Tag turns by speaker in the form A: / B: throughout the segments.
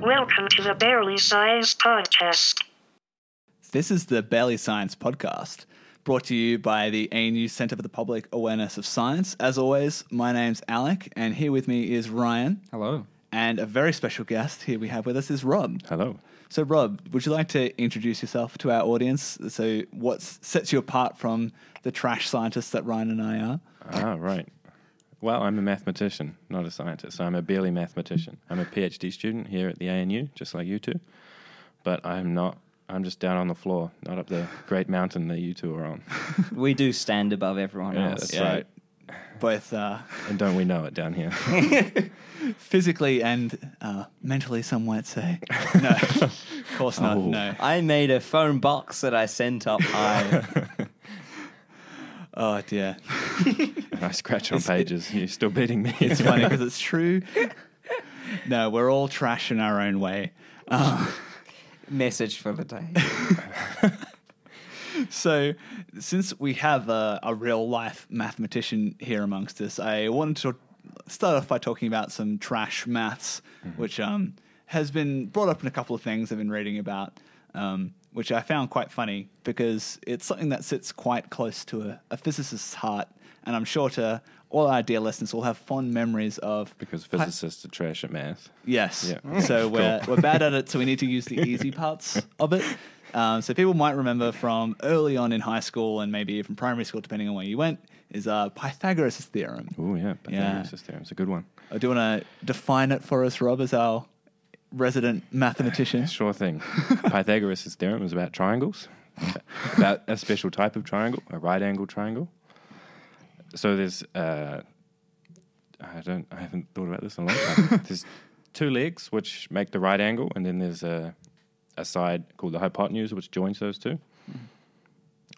A: Welcome to the Barely Science Podcast.
B: This is the Barely Science podcast, brought to you by the ANU Centre for the Public Awareness of Science. As always, my name's Alec, and here with me is Ryan,
C: Hello.
B: and a very special guest here we have with us is Rob.
C: Hello.
B: So, Rob, would you like to introduce yourself to our audience? So, what s- sets you apart from the trash scientists that Ryan and I are?
C: Ah, right. Well, I'm a mathematician, not a scientist. So I'm a barely mathematician. I'm a PhD student here at the ANU, just like you two. But I'm not. I'm just down on the floor, not up the great mountain that you two are on.
D: We do stand above everyone
C: Yeah,
D: else.
C: that's
D: yeah.
C: right.
B: Both uh,
C: And don't we know it down here?
B: physically and uh, mentally, some might say. No, of course not.
C: Oh.
B: No.
D: I made a phone box that I sent up high.
B: Oh, dear.
C: and I scratch on pages. You're still beating me.
B: It's funny because it's true. No, we're all trash in our own way.
D: Message for the day.
B: So, since we have a, a real life mathematician here amongst us, I wanted to start off by talking about some trash maths, which um, has been brought up in a couple of things I've been reading about, um, which I found quite funny because it's something that sits quite close to a, a physicist's heart. And I'm sure to all our dear listeners will have fond memories of
C: because physicists are trash at math.
B: Yes.
C: Yeah. Okay,
B: So
C: cool.
B: we're, we're bad at it, so we need to use the easy parts of it. Um, so people might remember from early on in high school and maybe even primary school, depending on where you went, is uh, Pythagoras' theorem.
C: Oh yeah,
B: Yeah.
C: Pythagoras' theorem. It's a good one.
B: Uh, Do you want to define it for us, Rob, as our resident mathematician?
C: Sure thing. Pythagoras' theorem is about triangles, about a special type of triangle, a right angle triangle. So there's, uh, I don't, I haven't thought about this in a long time. there's two legs which make the right angle, and then there's a, a side called the hypotenuse which joins those two.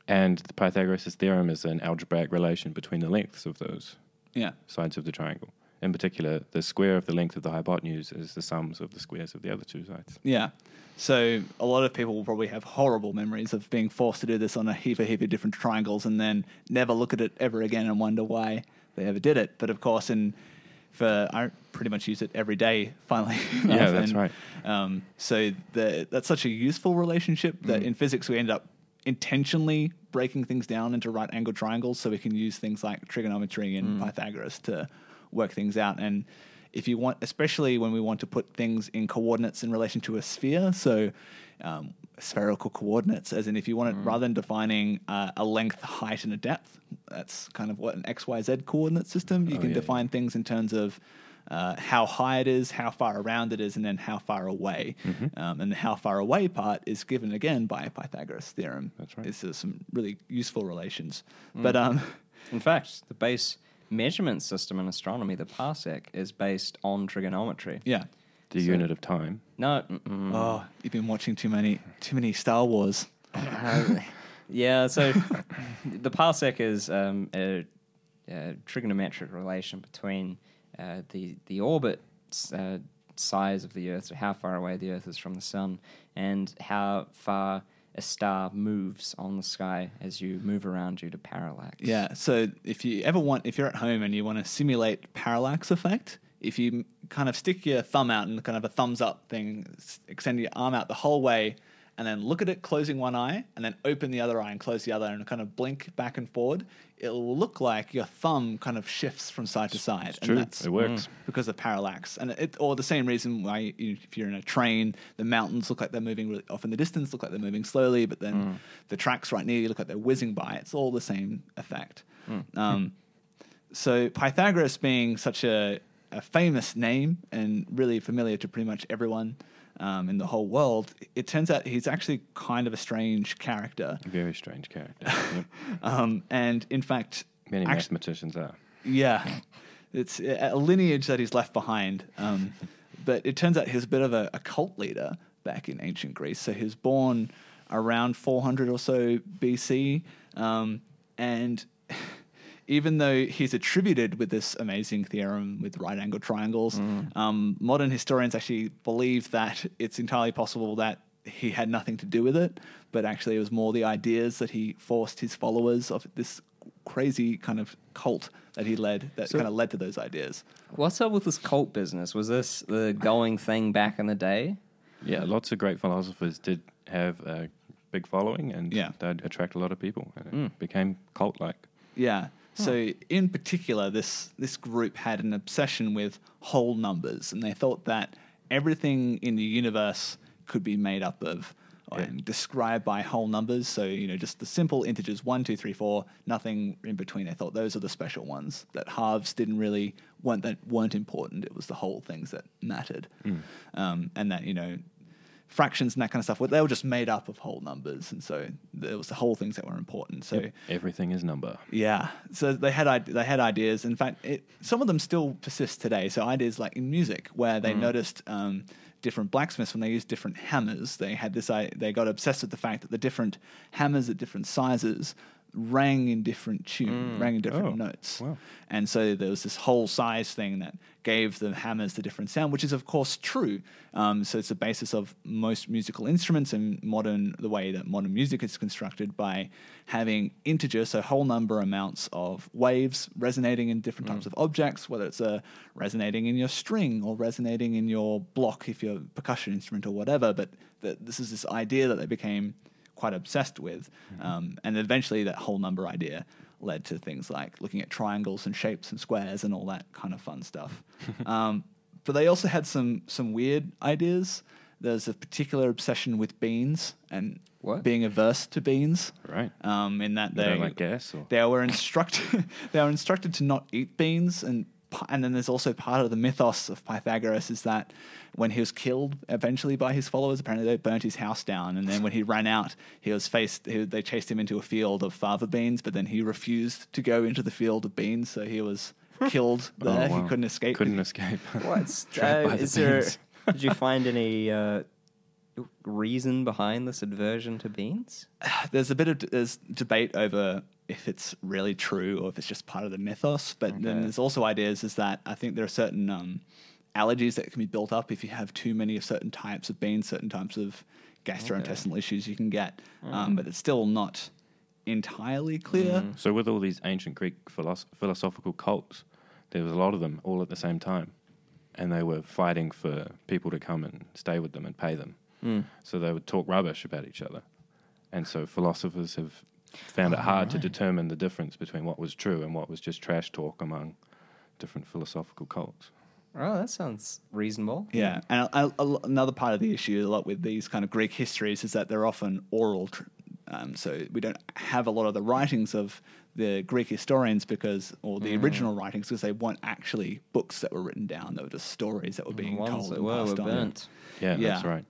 C: And the Pythagoras' theorem is an algebraic relation between the lengths of those
B: Yeah.
C: sides of the triangle. In particular, the square of the length of the hypotenuse is the sums of the squares of the other two sides.
B: Yeah. So a lot of people will probably have horrible memories of being forced to do this on a heap of heap of different triangles and then never look at it ever again and wonder why they ever did it. But of course, in for I pretty much use it every day. Finally,
C: Yeah, that's right.
B: Um, so the, that's such a useful relationship that
C: Mm.
B: in physics we end up intentionally breaking things down into right angle triangles so we can use things like trigonometry and
C: Mm.
B: Pythagoras to work things out. And if you want, especially when we want to put things in coordinates in relation to a sphere, so um, spherical coordinates, as in if you want
C: Mm.
B: it rather than defining uh, a length, height, and a depth, that's kind of what an XYZ coordinate system, you can
C: Oh, yeah,
B: define
C: yeah.
B: define things in terms of uh, how high it is, how far around it is, and then how far away.
C: Mm-hmm.
B: Um, and the how far away part is given again by Pythagoras' theorem.
C: That's right. Mm.
B: It's uh, some really useful relations. But um,
D: In fact, the base measurement system in astronomy, the parsec, is based on trigonometry.
B: yeah.
C: The unit of time.
D: No. mm-mm.
B: Oh, you've been watching too many too many Star Wars.
D: Uh, yeah. So the parsec is um, a, a trigonometric relation between uh, the the orbit s- uh, size of the Earth, so how far away the Earth is from the Sun, and how far a star moves on the sky as you move around due to parallax.
B: Yeah. So if you ever want, if you're at home and you want to simulate parallax effect, if you m- kind of stick your thumb out and kind of a thumbs up thing, s- extend your arm out the whole way, and then look at it closing one eye, and then open the other eye and close the other, and kind of blink back and forward, it'll look like your thumb kind of shifts from side to side. and
C: true.
B: that's mm.
C: It works.
B: because of parallax, and it or the same reason why you, if you're in a train, the mountains look like they're moving really off in the distance, look like they're moving slowly, but then
C: Mm.
B: the tracks right near you look like they're whizzing by. It's all the same effect.
C: Mm.
B: Um, so Pythagoras being such a, a famous name and really familiar to pretty much everyone um, in the whole world, it turns out he's actually kind of a strange character,
C: Very strange character. Yep.
B: um, and in fact,
C: Many
B: actu-
C: mathematicians are.
B: yeah, it's a a lineage that he's left behind. Um, but it turns out he's a bit of a, a cult leader back in ancient Greece. So he was born around 400 or so BC, um, and even though he's attributed with this amazing theorem with right angle triangles, um, modern historians actually believe that it's entirely possible that he had nothing to do with it, but actually it was more the ideas that he forced his followers of this crazy kind of cult that he led that kind of led to those ideas.
D: What's up with this cult business? Was this the going thing back in the day?
C: Yeah, lots of great philosophers did have a big following, and
B: Yeah.
C: they'd attract a lot of people, and it
B: Mm.
C: became cult-like.
B: Yeah. So in particular, this this group had an obsession with whole numbers, and they thought that everything in the universe could be made up of and described by whole numbers. So you know, just the simple integers one, two, three, four, nothing in between. They thought those are the special ones that halves didn't really weren't that weren't important. It was the whole things that mattered, um, and that you know. Fractions and that kind of stuff. well, They were just made up of whole numbers, and so there was the whole things that were important. So
C: Everything is number.
B: yeah, so they had ide- they had ideas. In fact, it, some of them still persist today. So ideas like in music, where they noticed um, different blacksmiths when they used different hammers, they had this. I- They got obsessed with the fact that the different hammers at different sizes rang in different tune, rang in different
C: Oh,
B: notes,
C: wow.
B: and so there was this whole size thing that gave the hammers the different sound, which is of course true. Um, so it's the basis of most musical instruments and modern the way that modern music is constructed by having integer, so whole number amounts of waves resonating in different
C: Mm.
B: types of objects, whether it's uh, resonating in your string or resonating in your block if you're a percussion instrument or whatever. But th- this is this idea that they became quite obsessed with. Um, and eventually, that whole number idea led to things like looking at triangles and shapes and squares and all that kind of fun stuff. um, but they also had some some weird ideas. There's a particular obsession with beans and
D: What?
B: being averse to beans.
C: Right.
B: Um, in that
C: They
B: they
C: don't like gas or-
B: they were instructed they were instructed to not eat beans and pi- and then there's also part of the mythos of Pythagoras is that when he was killed eventually by his followers, apparently they burnt his house down, and then when he ran out, he was faced. He, they chased him into a field of fava beans, but then he refused to go into the field of beans, so he was killed there.
C: Oh, wow.
B: He couldn't escape.
C: Couldn't escape.
D: What's
C: Trapped
D: uh,
C: by the
D: is there?
C: beans.
D: did you find any uh, reason behind this aversion to beans?
B: there's a bit of there's debate over if it's really true or if it's just part of the mythos. But then there's also ideas is that I think there are certain um, allergies that can be built up if you have too many of certain types of beans, certain types of gastrointestinal issues you can get. Um, but it's still not entirely clear.
C: So with all these ancient Greek philosoph- philosophical cults, there was a lot of them all at the same time, and they were fighting for people to come and stay with them and pay them. So they would talk rubbish about each other, and so philosophers have found it hard to determine the difference between what was true and what was just trash talk among different philosophical cults.
D: Oh, that sounds reasonable.
B: Yeah, and a, a- a- another part of the issue a lot with these kind of Greek histories is that they're often oral, tr- um, so we don't have a lot of the writings of the Greek historians because, or
D: Mm.
B: the original writings, because they weren't actually books that were written down; they were just stories that were
D: The
B: being
D: ones
B: told
D: that
B: and
D: were, were
B: passed on.
D: burnt.
C: Yeah, that's
B: Yeah.
C: right.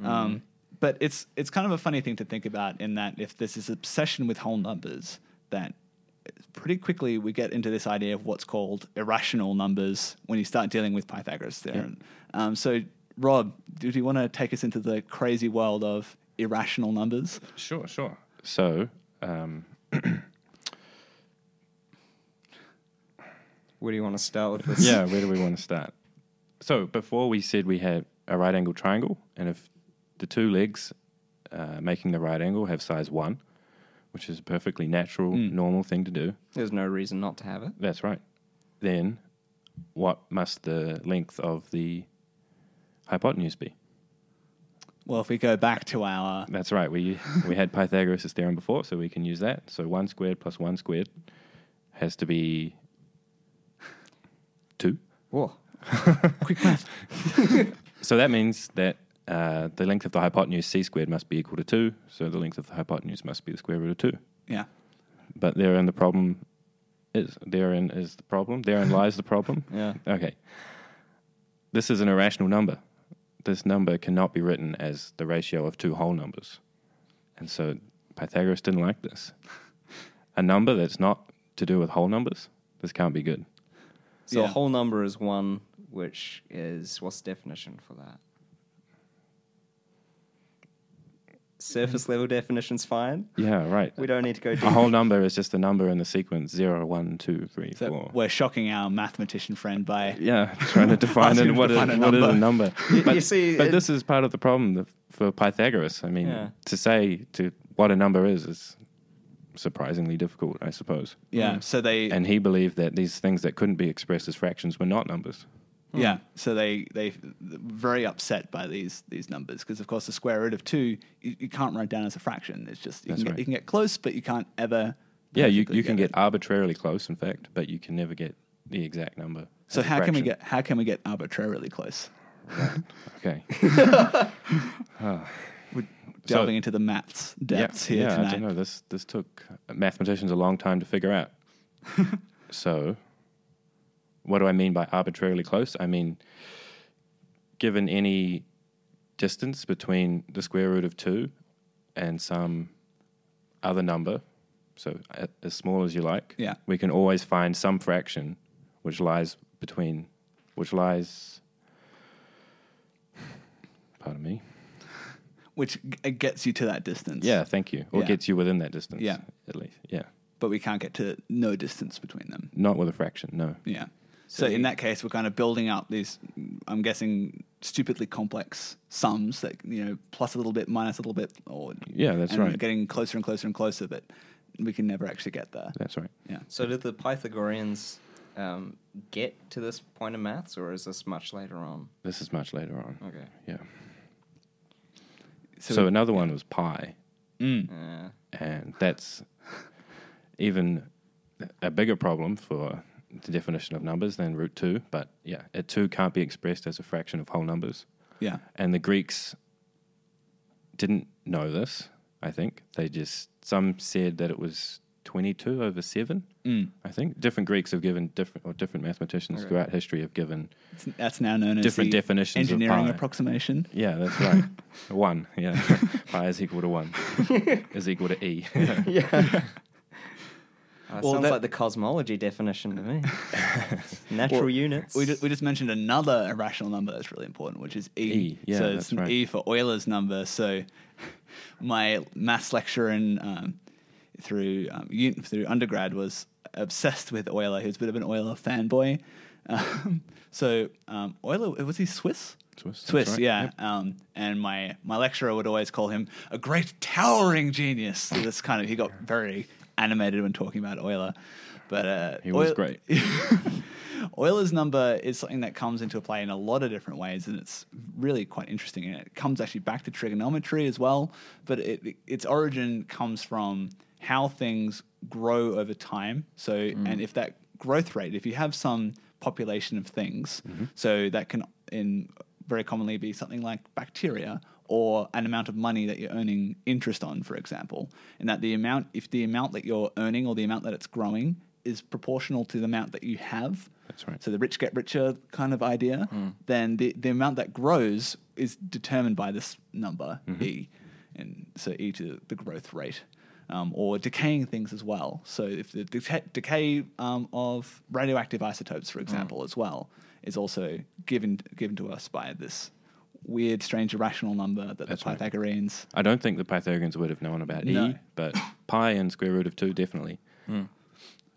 B: Um, but it's it's kind of a funny thing to think about in that if there's this obsession with whole numbers, that pretty quickly we get into this idea of what's called irrational numbers when you start dealing with Pythagoras theorem. Um, so, Rob, do you want to take us into the crazy world of irrational numbers?
C: Sure, sure. So. Um,
D: Where do you want to start with this?
C: yeah, where do we want to start? So before we said we had a right angle triangle, and if the two legs uh, making the right angle have size one, which is a perfectly natural, normal thing to do.
D: There's no reason not to have it.
C: That's right. Then, what must the length of the hypotenuse be?
B: Well, if we go back to our
C: That's right. We we had Pythagoras' theorem before, so we can use that. So one squared plus one squared has to be two.
D: Whoa.
B: quick math,
C: So that means that uh, the length of the hypotenuse c squared must be equal to 2. So the length of the hypotenuse must be the square root of 2.
B: yeah,
C: But therein the problem is. Therein is the problem. Therein lies the problem.
D: Yeah.
C: Okay. This is an irrational number. This number cannot be written as the ratio of two whole numbers. And so Pythagoras didn't like this. A number that's not to do with whole numbers, this can't be good.
D: So
B: Yeah.
D: a whole number is one, which is what's the definition for that? Surface level definition's fine.
C: Yeah, right.
D: We don't need to go
C: A
D: deep.
C: whole number is just a number in the sequence 0, 1, 2, 3,
B: so
C: 4.
B: we're shocking our mathematician friend by
C: Yeah, trying to define
B: Asking
C: it,
B: to
C: what, is,
B: define a
C: what is a number.
B: number.
D: You-
C: But,
D: you see,
C: but
D: it-
C: this is part of the problem the- for Pythagoras. I mean,
D: Yeah.
C: to say to what a number is is surprisingly difficult, I suppose.
B: yeah. So they
C: And he believed that these things that couldn't be expressed as fractions were not numbers.
B: Yeah. So they they very upset by these these numbers because of course the square root of two you, you can't write down as a fraction. It's just you
C: That's
B: can,
C: right.
B: get, you can get close, but you can't ever.
C: Yeah, you,
B: perfectly
C: you can
B: it.
C: get arbitrarily close, in fact, but you can never get the exact number.
B: So
C: as a
B: how can we
C: fraction.
B: get how can we get arbitrarily close?
C: Okay.
B: We're
C: So-
B: delving into the maths depths here
C: yeah, I
B: tonight.
C: don't know. This this took mathematicians a long time to figure out. so, what do I mean by arbitrarily close? I mean, given any distance between the square root of two and some other number, so a- as small as you like,
B: Yeah.
C: we can always find some fraction which lies between, which lies. Pardon me.
B: Which g- gets you to that distance.
C: Yeah, thank you. Or
B: Yeah.
C: gets you within that distance.
B: Yeah.
C: At least. Yeah.
B: But we can't get to no distance between them.
C: Not with a fraction, no.
B: Yeah. So, in that case, we're kind of building up these, I'm guessing, stupidly complex sums that you know, plus a little bit, minus a little bit, or
C: Yeah, that's
B: and we're
C: right.
B: Getting closer and closer and closer, but we can never actually get there.
C: That's right.
B: Yeah.
D: So did the Pythagoreans um, get to this point in maths, or is this much later on?
C: This is much later on.
D: Okay.
C: Yeah.
B: So
C: So,
B: we-
C: another one was pi,
B: Mm.
D: Uh,
C: and that's even a bigger problem for the definition of numbers than root 2, but yeah, a 2 can't be expressed as a fraction of whole numbers.
B: Yeah.
C: And the Greeks didn't know this, I think. They just, some said that it was 22 over 7, mm. I think. Different Greeks have given different, or different mathematicians throughout history have given,
B: It's, that's now known as
C: Different
B: the
C: definitions of
B: engineering
C: pi.
B: approximation.
C: yeah, that's right. one, yeah. Pi is equal to 1, is equal to E.
D: uh,
B: Well,
D: sounds
B: that-
D: like the cosmology definition to me. Natural units.
B: We, just, we just mentioned another irrational number that's really important, which is E.
C: E, yeah,
B: so
C: that's
B: it's an
C: right.
B: E for Euler's number. So my maths lecturer in um, through um, u- through undergrad was obsessed with Euler. He was a bit of an Euler fanboy. Um, so um, Euler was he Swiss?
C: Swiss, that's
B: Swiss,
C: right,
B: yeah. Um, and my my lecturer would always call him a great towering genius. So this kind of he got very animated when talking about Euler. But uh,
C: He was
B: Euler-
C: great.
B: Euler's number is something that comes into play in a lot of different ways, and it's really quite interesting. And it comes actually back to trigonometry as well, but it, it- its origin comes from how things grow over time. So, and if that growth rate, if you have some population of things, so that can in very commonly be something like bacteria or an amount of money that you're earning interest on, for example, and that the amount, if the amount that you're earning or the amount that it's growing is proportional to the amount that you have.
C: That's right. Hmm.
B: So the rich get richer kind of idea. Then the, the amount that grows is determined by this number
C: Mm-hmm.
B: e, and so e to the growth rate, um, or decaying things as well. So if the deca- decay um, of radioactive isotopes, for
C: Hmm.
B: example, as well, is also given given to us by this weird, strange, irrational number that
C: That's
B: the
C: right.
B: Pythagoreans.
C: I don't think the Pythagoreans would have known about
B: No.
C: E, but pi and square root of 2 definitely.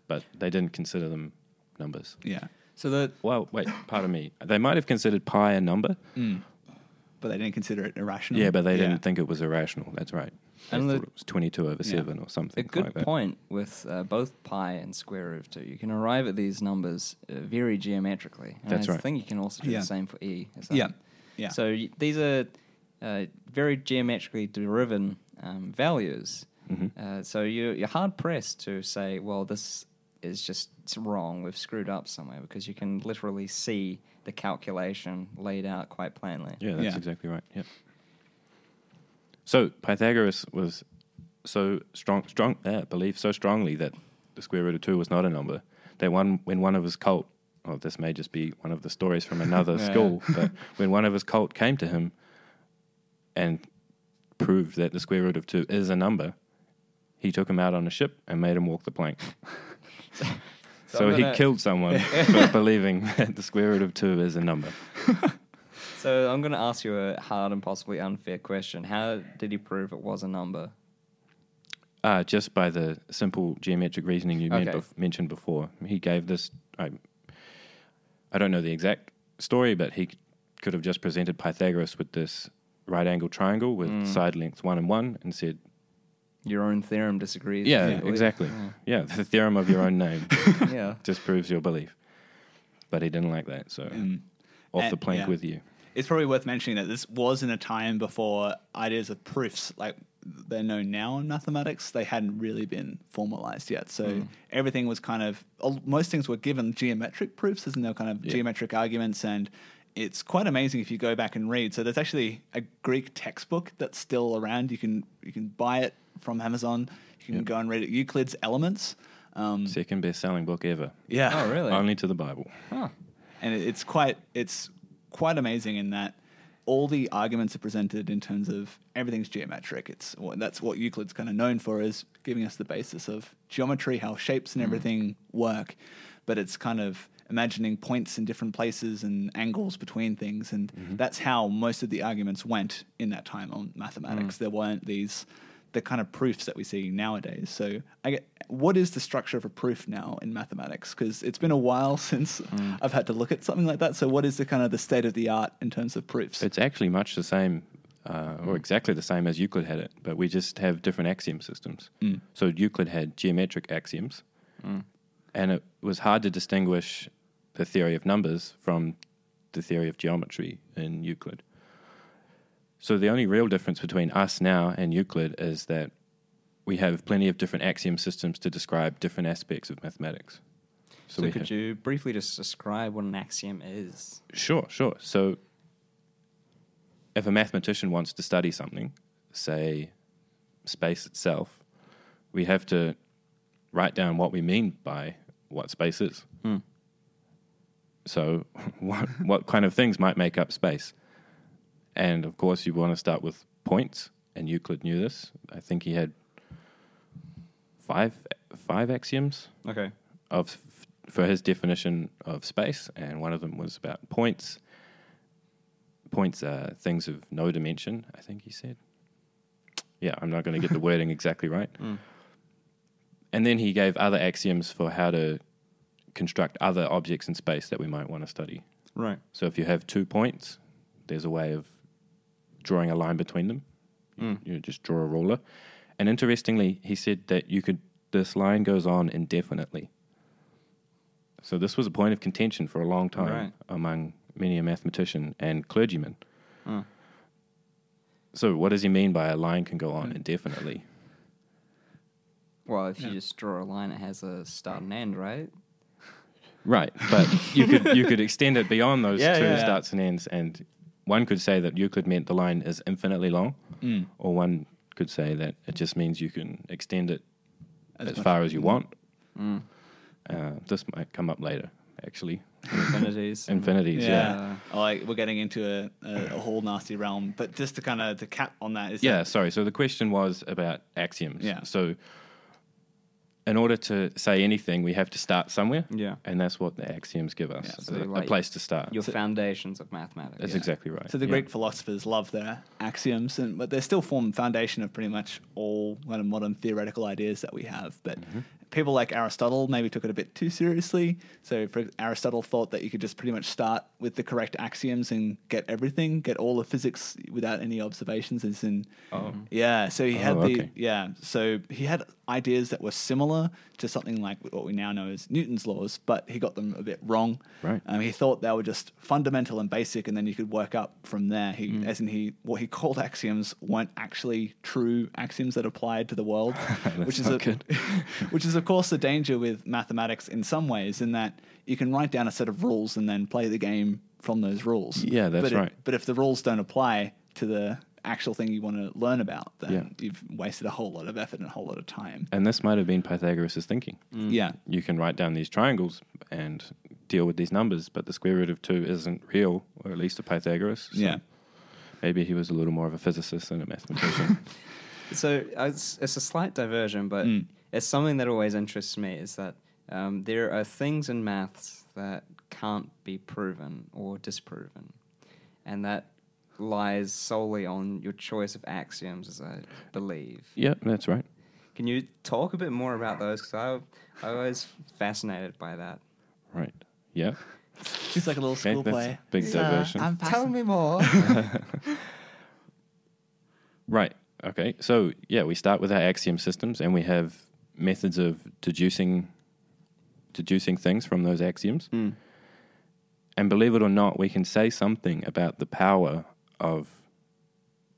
C: But they didn't consider them numbers.
B: Yeah,
D: so the
C: Well, wait, pardon me. They might have considered pi a number.
B: but they didn't consider it irrational.
C: Yeah, but they
B: Yeah.
C: didn't think it was irrational. That's right. They
D: And the-
C: thought it was 22 over 7 or
D: a
C: something
D: good
C: like that.
D: point with uh, both pi and square root of two. You can arrive at these numbers uh, very geometrically. And
C: That's
D: I
C: right.
D: think you can also do
B: Yeah.
D: the same for e. Is
B: Yeah. Yeah.
D: So y- these are uh, very geometrically driven um, values.
C: Mm-hmm.
D: Uh, so you're, you're hard pressed to say, well, this is just it's wrong. We've screwed up somewhere because you can literally see the calculation laid out quite plainly.
C: Yeah, that's
B: Yeah.
C: exactly right. Yep. So Pythagoras was so strong, strong uh, believed so strongly that the square root of two was not a number that one when one of his cult, oh, this may just be one of the stories from another
D: Yeah.
C: school, but when one of his cult came to him and proved that the square root of two is a number, he took him out on a ship and made him walk the plank. So,
D: I'm
C: he
D: gonna-
C: killed someone for believing that the square root of two is a number.
D: So I'm going to ask you a hard and possibly unfair question. How did he prove it was a number?
C: Uh, just by the simple geometric reasoning you meant
D: Okay.
C: bef- mentioned before. He gave this, I, I don't know the exact story, but he c- could have just presented Pythagoras with this right angle triangle with side lengths one and one and said,
D: Your own theorem disagrees.
C: Yeah,
D: with your belief.
C: exactly. Yeah. the theorem of your own name
D: Yeah.
C: just proves your belief. But he didn't like that. So off
B: And-
C: the plank
B: yeah.
C: with you.
B: It's probably worth mentioning that this was in a time before ideas of proofs, like they're known now in mathematics, they hadn't really been formalized yet. So everything was kind of, al- most things were given geometric proofs, isn't there? Kind of geometric arguments. And it's quite amazing if you go back and read. So there's actually a Greek textbook that's still around. You can, you can buy it from Amazon. You can go and read it. Euclid's Elements. Um,
C: Second best selling book ever.
B: yeah.
D: Oh, really?
C: Only to the Bible.
D: Huh.
B: and it- it's quite it's quite amazing in that all the arguments are presented in terms of everything's geometric. It's well, that's what Euclid's kind of known for is giving us the basis of geometry, how shapes and everything work. But it's kind of imagining points in different places and angles between things, and that's how most of the arguments went in that time on mathematics. There weren't these the kind of proofs that we see nowadays. So, I get, what is the structure of a proof now in mathematics? Because it's been a while since
C: Mm.
B: I've had to look at something like that. So, what is the kind of the state of the art in terms of proofs?
C: It's actually much the same, uh, or exactly the same as Euclid had it, but we just have different axiom systems.
D: Mm.
C: So Euclid had geometric axioms, and it was hard to distinguish the theory of numbers from the theory of geometry in Euclid. So the only real difference between us now and Euclid is that we have plenty of different axiom systems to describe different aspects of mathematics.
D: So,
C: we
D: could
C: have-
D: you briefly just describe what an axiom is?
C: Sure, sure. So, if a mathematician wants to study something, say space itself, we have to write down what we mean by what space is. So, what, what kind of things might make up space? And of course, you want to start with points, and Euclid knew this. I think he had five five axioms
D: Okay.
C: of for his definition of space, and one of them was about points. Points are things of no dimension, I think he said. Yeah, I'm not going to get the wording exactly right. And then he gave other axioms for how to construct other objects in space that we might want to study.
D: Right.
C: So if you have two points, there's a way of drawing a line between them. You- You just draw a ruler. And interestingly, he said that you could this line goes on indefinitely. So this was a point of contention for a long time
D: Right.
C: among many a mathematician and clergyman. So what does he mean by a line can go on indefinitely?
D: Well, if you just draw a line, it has a start and end, right?
C: Right, but you could you could extend it beyond those
D: Yeah,
C: two
D: yeah, yeah.
C: starts and ends, and one could say that Euclid meant the line is infinitely long,
D: Mm.
C: or one could say that it just means you can extend it
B: As
C: as,
B: much
C: far
D: Mm.
C: as you want. Uh, this might come up later, actually.
D: Infinities.
C: Infinities, yeah.
B: yeah, like we're getting into a, a, a whole nasty realm. But just to kind of to cap on that is
C: yeah.
B: that-
C: sorry. So the question was about axioms.
B: Yeah.
C: So in order to say anything, we have to start somewhere.
D: Yeah.
C: And that's what the axioms give us
D: So,
C: a, a
D: like,
C: place to start.
D: Your foundations of mathematics.
C: that's
D: Yeah.
C: exactly right.
B: So the
C: yeah.
B: Greek philosophers love their axioms, and but they still form foundation of pretty much all kind of modern theoretical ideas that we have. But
C: Mm-hmm.
B: people like Aristotle maybe took it a bit too seriously. So for Aristotle thought that you could just pretty much start with the correct axioms and get everything, get all of physics without any observations. As in, oh. yeah. So he had
C: Oh,
B: the
C: okay.
B: yeah. So he had ideas that were similar to something like what we now know as Newton's laws, but he got them a bit wrong.
C: Right.
B: Um, he thought they were just fundamental and basic, and then you could work up from there. He,
C: Mm.
B: as in he, what he called axioms weren't actually true axioms that applied to the world, which is
C: not
B: a,
C: good.
B: which is of course the danger with mathematics in some ways, in that you can write down a set of rules and then play the game from those rules.
C: Yeah, that's
B: but it-
C: right.
B: but if the rules don't apply to the actual thing you want to learn about, then
C: Yeah.
B: you've wasted a whole lot of effort and a whole lot of time.
C: And this might have been Pythagoras' thinking.
B: Yeah.
C: You can write down these triangles and deal with these numbers, but the square root of two isn't real, or at least to Pythagoras. So
B: Yeah.
C: Maybe he was a little more of a physicist than a mathematician.
D: So uh, it's, it's a slight diversion, but
C: Mm.
D: it's something that always interests me is that um, there are things in maths that can't be proven or disproven, and that lies solely on your choice of axioms, as I believe.
C: yeah, that's right.
D: Can you talk a bit more about those? Because I, I was fascinated by that.
C: Right. Yeah.
B: It's like a little
C: Okay,
B: school
C: that's
B: play.
C: big diversion.
D: Tell me more.
C: Right. Okay. So yeah, we start with our axiom systems, and we have methods
B: Hmm.
C: of deducing deducing things from those axioms. And believe it or not, we can say something about the power of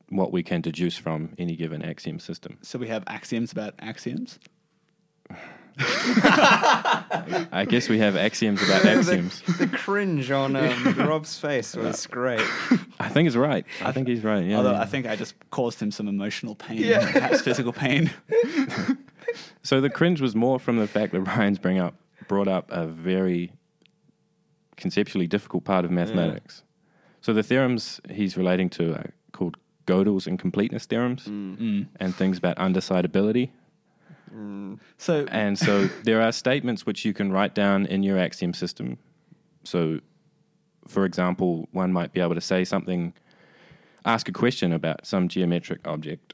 C: what we can deduce from any given axiom system.
B: So we have axioms about axioms.
C: I guess we have axioms about axioms.
D: The cringe on um, Rob's face was great.
C: I think it's right. I think he's right. Oh, Yeah.
B: Although
C: yeah.
B: I think I just caused him some emotional pain, perhaps physical pain.
C: So the cringe was more from the fact that Ryan's bring up brought up a very conceptually difficult part of mathematics. So the theorems he's relating to are called Gödel's incompleteness theorems and things about undecidability.
B: So
C: And so there are statements which you can write down in your axiom system. So, for example, one might be able to say something, ask a question about some geometric object.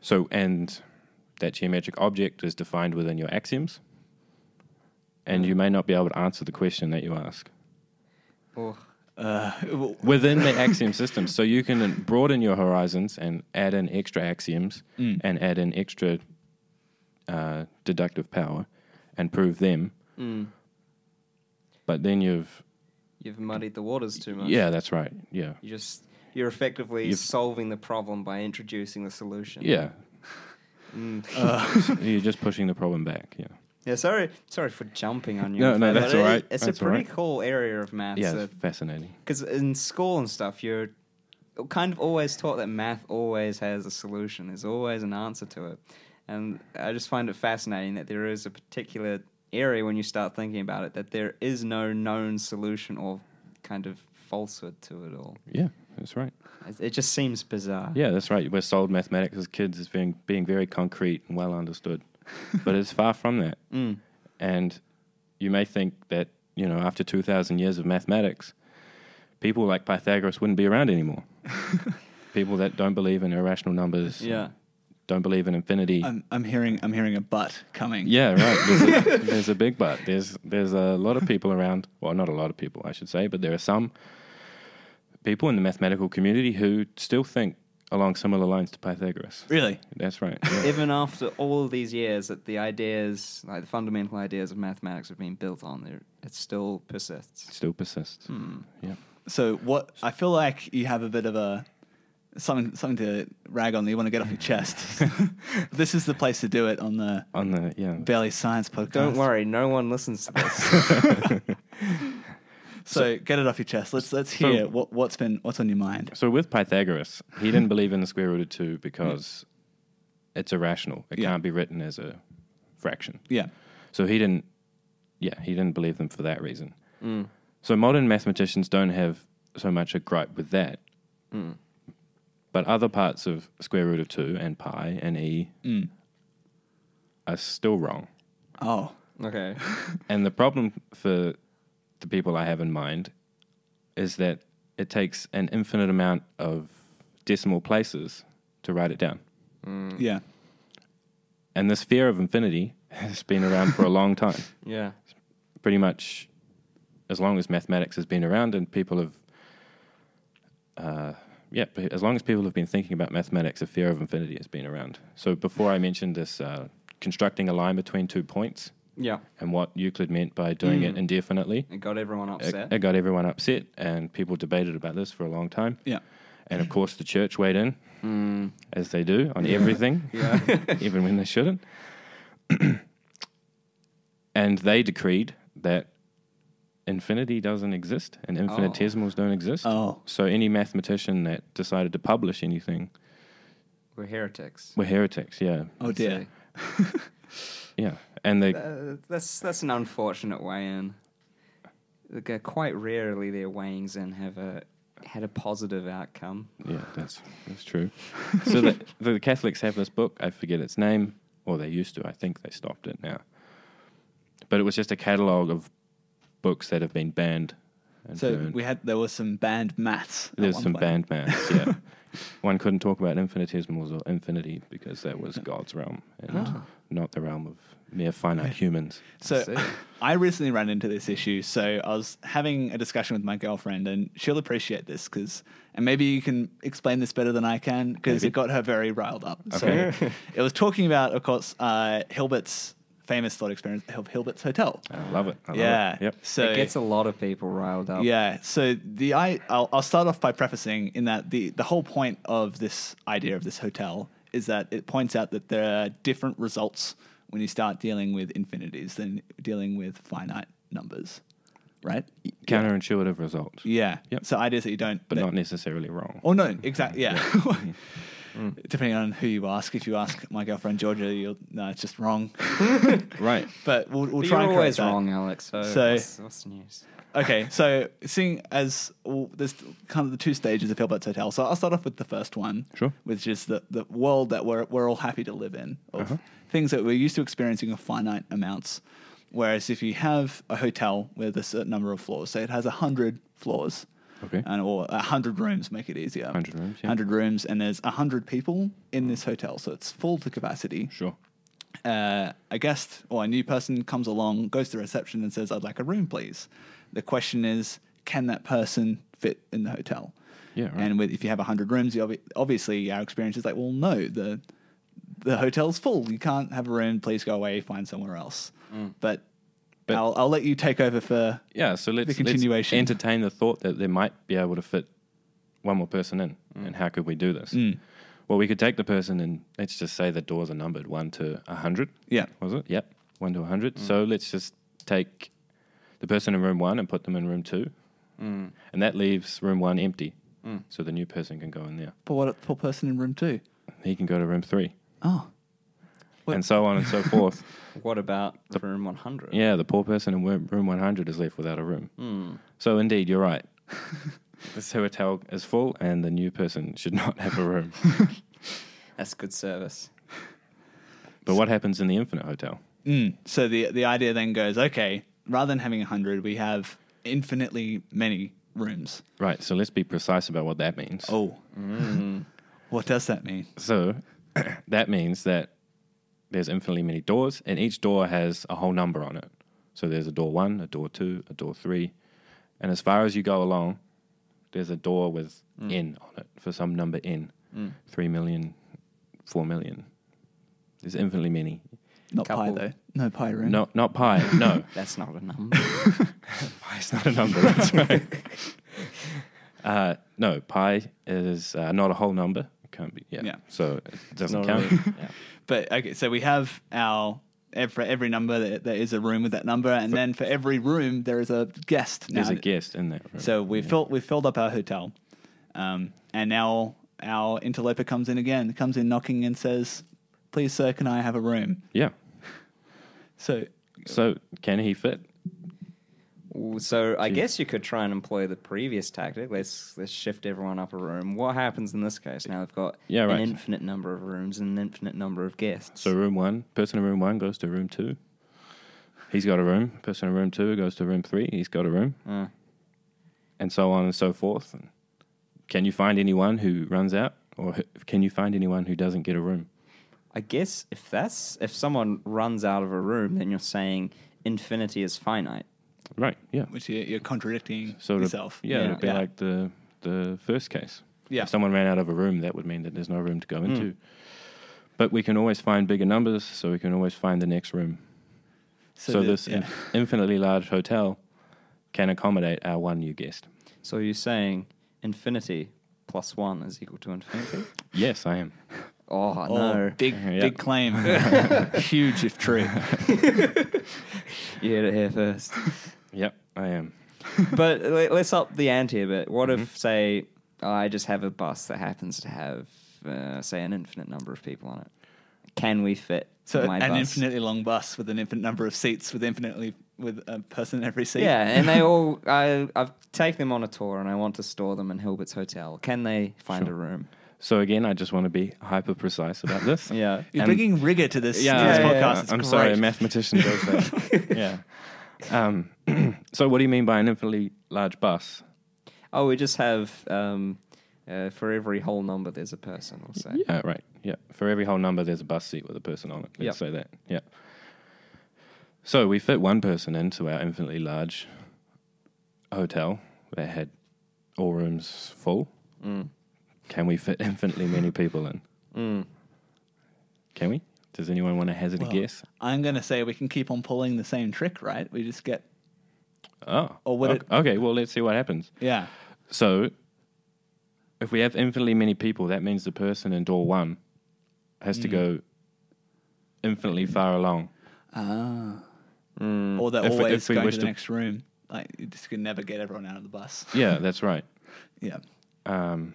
C: So, and that geometric object is defined within your axioms. And you may not be able to answer the question that you ask
D: Oh,
C: within the axiom system. So you can broaden your horizons and add in extra axioms and add in extra uh, deductive power and prove them. But then you've
D: you've muddied the waters too much.
C: yeah, that's right. Yeah,
D: You just you're effectively
C: You've-
D: solving the problem by introducing the solution.
C: yeah. You're just pushing the problem back. Yeah,
D: Yeah, sorry, sorry for jumping on you.
C: No,
D: with
C: no,
D: that,
C: that's
D: but
C: all
D: it-
C: right.
D: It's
C: That's
D: a
C: all
D: pretty
C: right.
D: cool area of maths.
C: yeah. it's fascinating.
D: Because in school and stuff, you're kind of always taught that math always has a solution. There's always an answer to it, and I just find it fascinating that there is a particular area when you start thinking about it that there is no known solution or kind of falsehood to it all.
C: Yeah, that's right.
D: It- It just seems bizarre.
C: Yeah, that's right. We're sold mathematics as kids as being being very concrete and well understood, but it's far from that. And you may think that you know after two thousand years of mathematics, people like Pythagoras wouldn't be around anymore. people that don't believe in irrational numbers,
D: Yeah.
C: don't believe in infinity.
B: I'm, I'm hearing I'm hearing a butt coming.
C: yeah, right. There's a, there's a big but. There's there's a lot of people around. Well, not a lot of people, I should say, but there are some people in the mathematical community who still think along similar lines to Pythagoras.
B: Really?
C: That's right. yeah.
D: even after all these years that the ideas, like the fundamental ideas of mathematics, have been built on, there it still persists.
C: still persists. Yeah.
B: So what I feel like you have a bit of a something something to rag on that you want to get off your chest. this is the place to do it on the
C: On the yeah.
B: Barely Science podcast.
D: Don't worry, no one listens to this.
B: So get it off your chest. Let's let's
C: So-
B: hear what what's been what's on your mind.
C: so with Pythagoras, he didn't believe in the square root of two because it's irrational. It
B: Yeah.
C: can't be written as a fraction.
B: Yeah.
C: So he didn't. Yeah, he didn't believe them for that reason. So modern mathematicians don't have so much a gripe with that. But other parts of square root of two and pi and e are still wrong.
B: Oh.
D: okay.
C: And the problem for the people I have in mind is that it takes an infinite amount of decimal places to write it down.
D: Mm.
B: Yeah.
C: And this fear of infinity has been around for a long time,
D: Yeah.
C: pretty much as long as mathematics has been around and people have. Uh, yeah, p- as long as people have been thinking about mathematics, a fear of infinity has been around. So before I mentioned this, uh, constructing a line between two points
D: Yeah.
C: and what Euclid meant by doing it indefinitely.
D: It got everyone upset.
C: it, it got everyone upset, and people debated about this for a long time.
B: Yeah.
C: And of course, the church weighed in,
B: Hmm.
C: as they do on everything, even when they shouldn't. and they decreed that infinity doesn't exist and infinitesimals don't exist.
B: Oh.
C: So any mathematician that decided to publish anything
D: We're heretics.
C: were heretics. Yeah,
B: Oh dear.
C: yeah. And they
D: Uh, that's that's an unfortunate way in. Like, uh, Quite rarely their weighings in have a had a positive outcome.
C: Yeah, that's that's true. so the, the Catholics have this book. I forget its name, or they used to. I think they stopped it now. But it was just a catalog of books that have been banned. And
B: So
C: burned.
B: we had there was some banned maths. at
C: there's
B: one
C: some
B: point.
C: banned maths. Yeah, one couldn't talk about infinitesimals or infinity because that was God's realm and
B: Ah.
C: not the realm of mere finite humans.
B: So
D: see.
B: I recently ran into this issue. So I was having a discussion with my girlfriend, and she'll appreciate this because, and maybe you can explain this better than I can because it got her very riled up. So it was talking about, of course, uh, Hilbert's famous thought experiment of Hilbert's Hotel.
C: I love it. I love
B: yeah.
C: It. Yep.
B: So
D: it gets a lot of people riled up.
B: yeah. So the I I'll, I'll start off by prefacing in that the the whole point of this idea of this hotel is that it points out that there are different results when you start dealing with infinities than dealing with finite numbers, right?
C: Counterintuitive result,
B: Yeah.
C: Yep.
B: So ideas that you don't
C: but
B: that-
C: not necessarily wrong.
B: Oh no, exactly. Yeah. Depending on who you ask, if you ask my girlfriend Georgia, you'll no, it's just wrong.
C: Right.
B: But we'll, we'll
D: But
B: try
D: you're
B: and correct
D: always
B: that.
D: wrong, Alex. So,
B: So-
D: what's, what's the news?
B: Okay, so seeing as all, there's kind of the two stages of Hilbert's Hotel, so I'll start off with the first one,
C: Sure.
B: which is the the world that we're we're all happy to live in of
C: Uh-huh.
B: things that we're used to experiencing of finite amounts. Whereas if you have a hotel with a certain number of floors, say it has hundred floors,
C: Okay.
B: and or hundred rooms, make it easier,
C: 100 rooms, yeah.
B: hundred rooms, and there's hundred people in this hotel, so it's full to capacity
C: Sure.
B: uh, a guest or a new person comes along, goes to reception and says, I'd like a room, please. The question is, can that person fit in the hotel?
C: Yeah, right.
B: And with, if you have 100 rooms, you obvi- obviously our experience is like, well, no, the, the hotel's full. You can't have a room. Please go away, find somewhere else. But,
C: Mm. But-
B: I'll, I'll let you take over for.
C: Yeah. So let's, let's
B: continuation.
C: entertain the thought that they might be able to fit one more person in,
B: Mm.
C: and how could we do this? Well, we could take the person and let's just say the doors are numbered one to a hundred.
B: Yeah. Mm.
C: Was it? Yep. One to a hundred. So let's just take the person in room one and put them in room two,
B: Mm.
C: and that leaves room one empty. So the new person can go in there.
B: But what poor person in room two?
C: He can go to room three,
B: Oh, What-
C: and so on and so forth.
D: What about room 100?
C: Yeah, the poor person in wo- room 100 is left without a room. So, indeed, you're right. this hotel is full, and the new person should not have a room.
D: That's good service.
C: but what happens in the infinite hotel?
B: Hmm. so the the idea then goes, okay, rather than having 100, we have infinitely many rooms.
C: Right, so let's be precise about what that means.
B: Oh.
C: Mm-hmm.
B: What does that mean?
C: So, that means that there's infinitely many doors, and each door has a whole number on it. So, there's a door one, a door two, a door three. And as far as you go along, there's a door with N on it for some number N three million, four million. There's infinitely many.
B: Not
D: Couple.
B: pie though. No pie room.
C: No, not pi. No,
D: That's not a number.
C: pi is not a number. That's right. Uh, no, pi is uh, not a whole number. It can't be. Yeah.
B: Yeah.
C: So it doesn't
D: Not
C: count.
D: really. Yeah.
B: But okay, so we have our ev- for every number there, there is a room with that number, and then for every room there is a guest.
C: There's
B: now.
C: a guest in that room.
B: So we
C: Yeah.
B: filled we filled up our hotel, um, and now our interloper comes in again, comes in knocking and says, "Please, sir, can I have a room?"
C: Yeah.
B: So
C: So can he fit?
D: Ooh, So I
C: Jeez.
D: guess you could try and employ the previous tactic. Let's let's shift everyone up a room. What happens in this case? Now they've got
C: Yeah, right.
D: an infinite number of rooms and an infinite number of guests.
C: So room one, person in room one goes to room two. He's got a room. Person in room two goes to room three. He's got a room,
D: Uh,
C: and so on and so forth. And can you find anyone who runs out, or who- can you find anyone who doesn't get a room?
D: I guess if that's if someone runs out of a room, then you're saying infinity is finite.
C: Right. Yeah.
B: which you- you're contradicting
C: So it'd-
B: yourself.
C: yeah,
D: Yeah.
C: it'd be
B: Yeah.
C: like the the first case.
B: Yeah.
C: If someone ran out of a room, that would mean that there's no room to go into. But we can always find bigger numbers, so we can always find the next room. So,
B: the-
C: this
B: yeah.
C: inf- infinitely large hotel can accommodate our one new guest.
D: So you're saying infinity plus one is equal to infinity?
C: Yes, I am.
D: oh
B: Oh,
D: no!
B: big
C: Yeah.
B: big claim, huge if true.
D: You heard it here first.
C: Yep, I am.
D: but le- let's up the ante a bit. What
B: Mm-hmm.
D: if, say, I just have a bus that happens to have, uh, say, an infinite number of people on it? Can we fit
B: So
D: my
B: an
D: bus?
B: infinitely long bus with an infinite number of seats with infinitely with a person in every seat.
D: Yeah, and they all. I I've taken them on a tour, and I want to store them in Hilbert's hotel. Can they find a room?
C: So again, I just want to be hyper precise about this.
D: Yeah.
B: You're
C: And-
B: bringing rigor to this,
C: yeah,
B: to this
D: Um, yeah,
B: podcast.
D: yeah.
B: It's
C: I'm
B: great.
C: sorry, a mathematician does that. yeah. Um, so what do you mean by an infinitely large bus?
D: Oh, we just have um, uh, for every whole number, there's a person. I'll say.
C: Yeah, right. Yeah. For every whole number, there's a bus seat with a person on it. Let's
D: Yep.
C: say that. Yeah. So we fit one person into our infinitely large hotel that had all rooms full.
B: Mm.
C: Can we fit infinitely many people in? Can we? Does anyone want to hazard a guess?
B: I'm going to say we can keep on pulling the same trick, right? We just get
C: Oh,
B: Or would
C: okay,
B: it-
C: okay. Well, let's see what happens.
B: yeah.
C: So, if we have infinitely many people, that means the person in door one has
B: Mm.
C: to go infinitely far along.
D: Ah.
B: or they're
C: Hmm. If we-
B: always
C: if we
B: going
C: wish
B: to the
C: to-
B: next room. Like you just can never get everyone out of the bus.
C: Yeah, that's right.
B: yeah.
C: Um,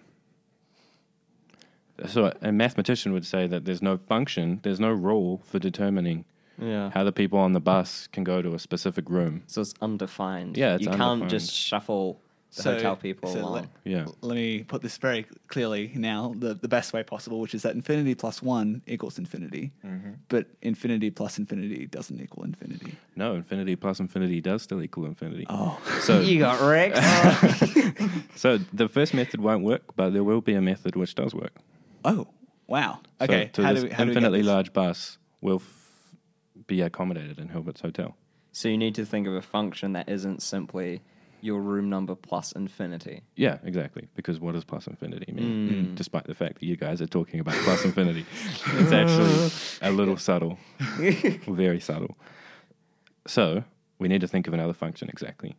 C: So, a mathematician would say that there's no function, there's no rule for determining
D: Yeah.
C: how the people on the bus can go to a specific room.
D: So it's undefined.
C: Yeah, it's
D: you can't
C: undefined.
D: just shuffle the hotel people
B: so
D: along.
B: Let,
C: Yeah.
B: let me put this very clearly now, the, the best way possible, which is that infinity plus one equals infinity,
C: Mm-hmm.
B: but infinity plus infinity doesn't equal infinity.
C: No, infinity plus infinity does still equal infinity.
B: Oh,
C: So,
D: you got Rex.
C: so the first method won't work, but there will be a method which does work.
B: oh, wow.
C: So
B: Okay,
C: to
B: how
C: this
B: do we, how do we get
C: infinitely
B: this?
C: large bus will f- be accommodated in Hilbert's hotel.
D: so you need to think of a function that isn't simply your room number plus infinity.
C: Yeah, exactly. Because what does plus infinity mean? Despite the fact that you guys are talking about plus infinity, it's actually a little subtle, very subtle. So we need to think of another function exactly.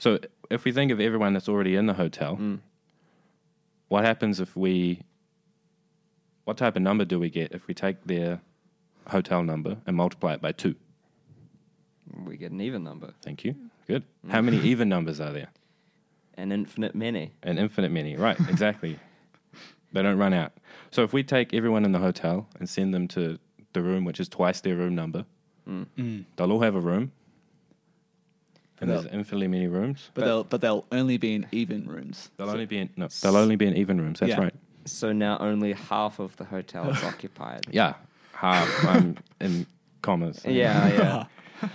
C: So if we think of everyone that's already in the hotel, what happens if we? What type of number do we get if we take their hotel number and multiply it by two?
D: We get an even number,
C: Thank you. Good. How many even numbers are there?
D: an infinite many.
C: An infinite many, right? Exactly. they don't run out. So if we take everyone in the hotel and send them to the room, which is twice their room number, they'll all have a room, and there's infinitely many rooms.
B: But they'll but they'll only be in even rooms.
C: They'll only be in no. They'll only be in even rooms. That's
B: Yeah.
C: right.
D: So now only half of the hotel is occupied.
C: Yeah, half um, in commas.
D: Yeah, yeah.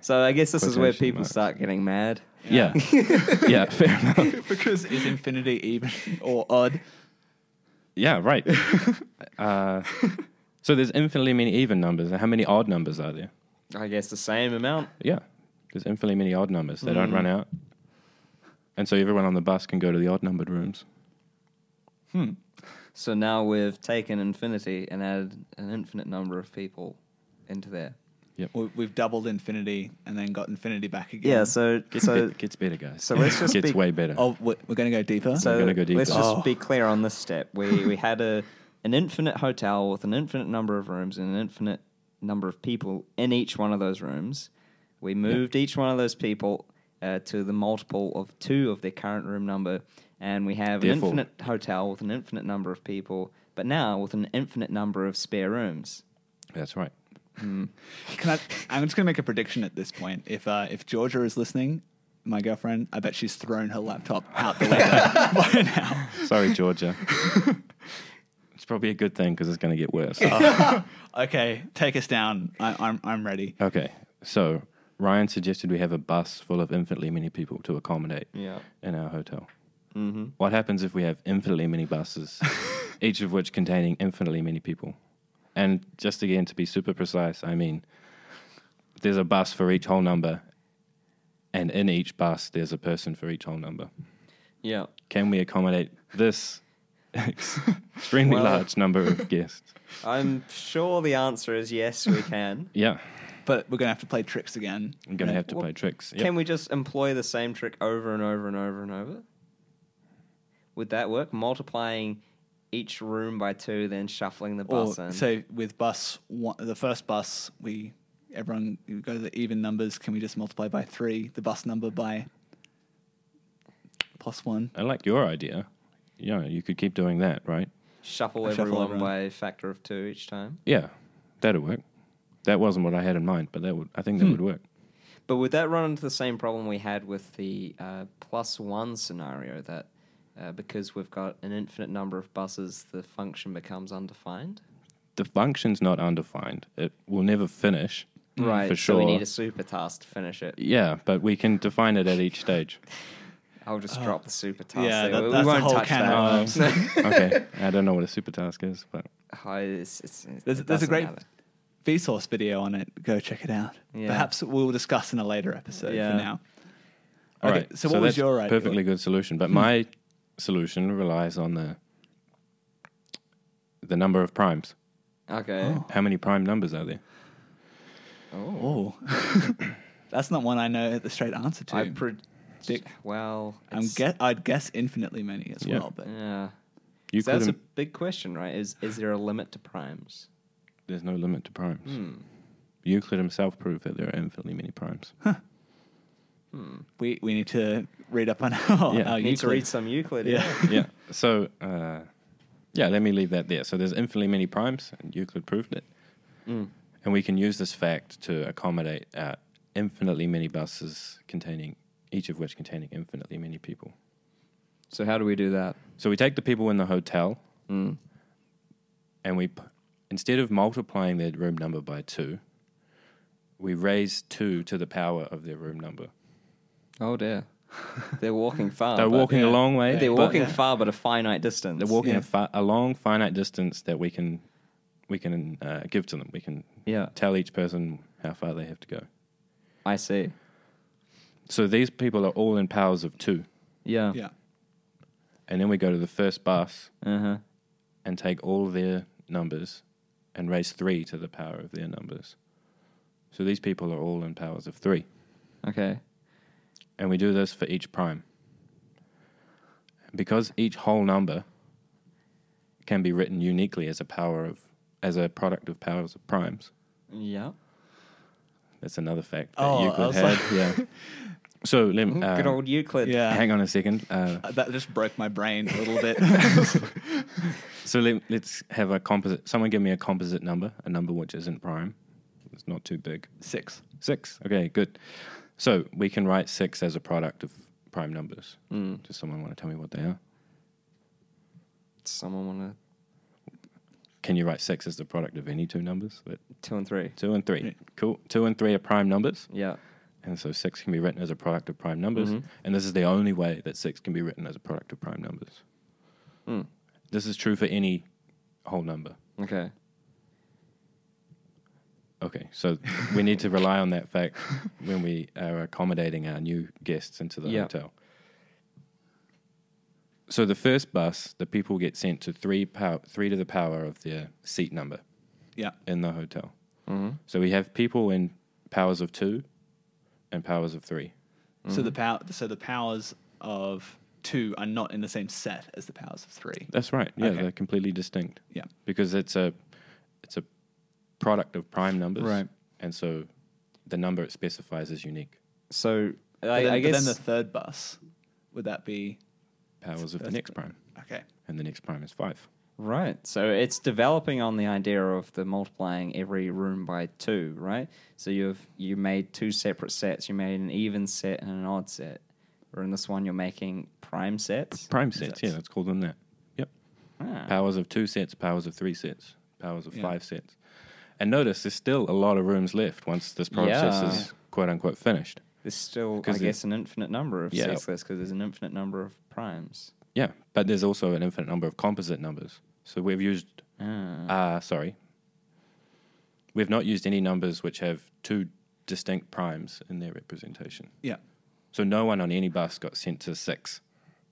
D: so I guess this is where
C: Quotation
D: people
C: marks.
D: start getting mad.
C: yeah, yeah. Fair enough.
B: because is infinity even or odd?
C: Yeah, right. uh, so there's infinitely many even numbers. How many odd numbers are there?
D: I guess the same amount.
C: Yeah. There's infinitely many odd numbers. They
D: Mm.
C: don't run out. And so everyone on the bus can go to the odd numbered rooms.
D: So now we've taken infinity and added an infinite number of people into there.
B: We- We've doubled infinity and then got infinity back again.
D: Yeah. So
C: Gets,
D: so
C: bet- gets better, guys.
D: so let's just
C: gets
D: be-
C: way better.
B: Oh, we're we're going to go deeper.
D: so
C: gonna go deeper.
D: let's just
B: Oh.
D: be clear on this step. We we had a an infinite hotel with an infinite number of rooms and an infinite number of people in each one of those rooms. We moved each one of those people uh, to the multiple of two of their current room number, and we have
C: Therefore-
D: an infinite hotel with an infinite number of people, but now with an infinite number of spare rooms.
C: That's right.
B: Can I, I'm just going to make a prediction at this point. If uh, if Georgia is listening, my girlfriend, I bet she's thrown her laptop out the window by now.
C: Sorry, Georgia. it's probably a good thing because it's going to get worse.
B: Okay, take us down. I, I'm I'm ready.
C: okay. So Ryan suggested we have a bus full of infinitely many people to accommodate
D: Yeah.
C: in our hotel. Mm-hmm. What happens if we have infinitely many buses, each of which containing infinitely many people? And just again, to be super precise, I mean, there's a bus for each whole number, and in each bus, there's a person for each whole number.
D: Yeah.
C: Can we accommodate this extremely
D: Well-
C: large number of guests?
D: I'm sure the answer is yes, we can.
C: Yeah,
B: But we're going to have to play tricks again.
C: I'm going to have to
D: Well,
C: play tricks. Yeah.
D: Can we just employ the same trick over and over and over and over? Would that work? Multiplying each room by two, then shuffling the
B: Or,
D: bus in.
B: so with bus one, the first bus, we everyone we go to the even numbers. Can we just multiply by three the bus number by plus one?
C: I like your idea. Yeah, you could keep doing that, right?
D: shuffle
B: Shuffle
D: everyone
B: everyone.
D: by a factor of two each time.
C: Yeah, that'll work. That wasn't what I had in mind, but that would I think that
D: Hmm.
C: would work.
D: But would that run into the same problem we had with the uh, plus one scenario that uh, because we've got an infinite number of buses, the function becomes undefined?
C: the function's not undefined. It will never finish.
B: Mm,
D: Right.
C: For
D: So
C: sure.
D: we need a super task to finish it.
C: yeah, but we can define it at each stage.
D: I'll just drop the super task.
B: Uh, Yeah,
D: there.
B: that-
D: we, we
B: that's a
D: won't
B: whole
D: touch
B: can uh,
D: that.
B: of
D: one.
B: worms.
C: Um, okay. I don't know what a super task is, but
D: Oh, it's- it's- it
B: There's, there's a
D: doesn't
B: great
D: matter.
B: Vsauce video on it. Go check it out.
D: Yeah.
B: Perhaps we'll discuss in a later episode
D: Yeah.
B: for now.
C: all right.
B: Okay, so what was
C: that's
B: your idea?
C: perfectly good solution?
D: Hmm.
C: But my solution relies on the the number of primes.
D: Okay.
C: How many prime numbers are there?
B: Oh, that's not one I know the straight answer to.
D: I
B: I
D: predict. Well,
B: am
D: it's-
B: get, I'd guess infinitely many as
C: Yeah.
B: well, but
D: Yeah.
C: You
D: So that's a
C: couldn't-
D: big question, right? Is is there a limit to primes?
C: There's no limit to primes.
D: Hmm.
C: Euclid himself proved that there are infinitely many primes.
B: we, we need to read up on our,
C: Yeah.
B: our
D: I need to
B: Euclid.
D: read some Euclid.
B: Oh, Yeah.
D: Yeah.
C: yeah. So, uh, yeah, let me leave that there. So there's infinitely many primes, and Euclid proved it.
D: Mm.
C: And we can use this fact to accommodate uh, infinitely many buses containing, each of which containing infinitely many people.
D: So how do we do that?
C: So we take the people in the hotel,
D: Mm.
C: and we, p- instead of multiplying their room number by two, we raise two to the power of their room number.
D: Oh dear. They're walking far.
C: They're
D: Ah, but-
C: walking a long way.
D: They're
C: but-
D: walking far, but a finite distance.
C: They're walking
B: Yeah.
C: a, fi- a long, finite distance that we can we can uh, give to them. We can
D: Yeah.
C: tell each person how far they have to go.
D: I see.
C: So these people are all in powers of two,
D: Yeah.
B: Yeah.
C: and then we go to the first bus
D: Uh huh.
C: and take all their numbers and raise three to the power of their numbers. So these people are all in powers of three,
D: Okay.
C: and we do this for each prime. Because each whole number can be written uniquely as a power of as a product of powers of primes.
D: Yeah.
C: That's another fact that
B: Oh, I
C: Euclid
B: was Mm,
C: had. yeah. So let me.
D: Good
C: Uh,
D: old Euclid.
B: Yeah.
C: hang on a second. Uh,
B: Uh, That just broke my brain a little bit.
C: so let, us have a composite. Someone give me a composite number, a number which isn't prime. It's not too big.
B: Six.
C: Six. Okay, good. So we can write six as a product of prime numbers.
B: Mm.
C: Does someone want to tell me what they are?
D: Someone want
C: Can you write six as the product of any two numbers? But
D: to two and three.
C: two and three.
B: Yeah.
C: Cool. Two and three are prime numbers.
D: Yeah.
C: And so six can be written as a product of prime numbers. And this is the only way that six can be written as a product of prime numbers. Hmm.
D: Mm.
C: This is true for any whole number.
D: Okay.
C: Okay, so we need to rely on that fact when we are accommodating our new guests into the
D: Yeah.
C: hotel. So the first bus, the people get sent to three pow- three to the power of their seat number
B: Yeah.
C: in the hotel. So we have people in powers of two and powers of three.
B: So the power. So the powers of two are not in the same set as the powers of three.
C: That's right. Yeah,
B: Okay.
C: they're completely distinct.
B: Yeah.
C: because it's a it's a product of prime numbers,
B: Right.
C: And so the number it specifies is unique.
D: So
B: But
D: I,
B: then,
D: I
B: but then
D: guess
B: the third bus would that be?
C: Powers of the
B: That's-
C: next prime,
B: Okay.
C: and the next prime is five.
D: right. So it's developing on the idea of the multiplying every room by two, right? So you've you made two separate sets. You made an even set and an odd set. Or in this one, you're making prime sets.
C: Prime sets, yeah,
B: sets.
C: let's call them that. Yep.
D: Ah.
C: Powers of two sets, powers of three sets, powers of
B: Yeah.
C: five sets. And notice there's still a lot of rooms left once this process
D: Yeah.
C: is quote unquote finished.
D: There's still, I
C: 'Cause it-
D: guess, an infinite number of
C: Yeah.
D: sets left because there's an infinite number of primes.
C: Yeah, but there's also an infinite number of composite numbers. So we've used,
D: Ah.
C: uh, sorry, we've not used any numbers which have two distinct primes in their representation.
B: Yeah.
C: So no one on any bus got sent to six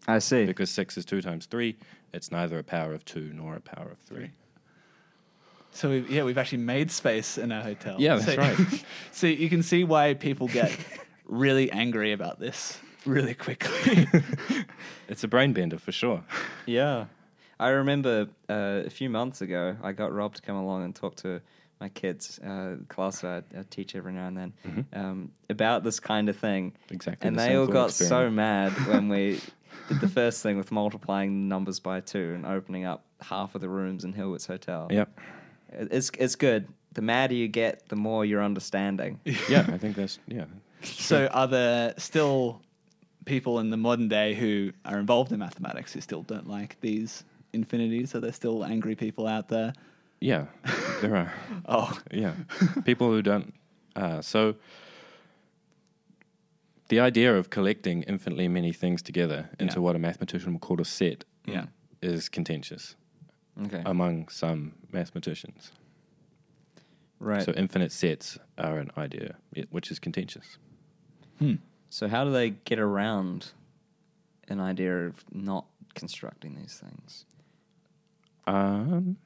D: I see.
C: because six is two times three. It's neither a power of two nor a power of three.
B: So we've, yeah, we've actually made space in our hotel.
C: Yeah, that's
B: so,
C: right.
B: so you can see why people get really angry about this really quickly.
C: It's a brain bender for sure.
D: Yeah. I remember uh, a few months ago, I got Rob to come along and talk to my kids, uh, class that I, I teach every now and then, um, about this kind of thing.
C: Mm-hmm. Exactly
D: And
C: the
D: they
C: same
D: all
C: thought
D: got so
C: experiment.
D: mad when we did the first thing with multiplying numbers by two and opening up half of the rooms in Hillwood's Hotel.
C: Yep.
D: It- It's, it's good. The madder you get, the more you're understanding.
C: yeah, I think that's yeah.
B: so are there still people in the modern day who are involved in mathematics who still don't like these infinities? Are there still angry people out there?
C: Yeah, there are.
B: Oh,
C: Yeah, people who don't. Uh, so the idea of collecting infinitely many things together into
B: Yeah.
C: what a mathematician would call a set
B: yeah.
C: is contentious
D: Okay.
C: among some mathematicians.
D: right.
C: So infinite sets are an idea i- which is contentious.
D: So how do they get around an idea of not constructing these things?
C: Um,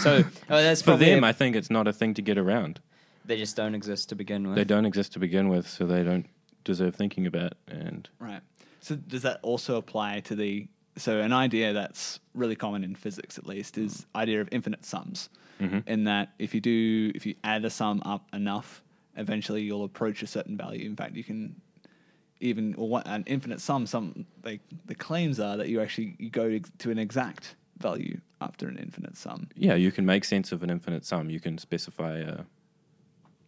D: So oh, that's
C: For
D: probably
C: them, I think it's not a thing to get around.
D: they just don't exist to begin with.
C: They don't exist to begin with, so they don't deserve thinking about. And
B: Right. So does that also apply to the so an idea that's really common in physics at least is idea of infinite sums. In that if you do if you add a sum up enough, eventually you'll approach a certain value. In fact, you can even or what, an infinite sum some like the claims are that you actually you go to an exact value after an infinite sum.
C: yeah, you can make sense of an infinite sum. You can specify a,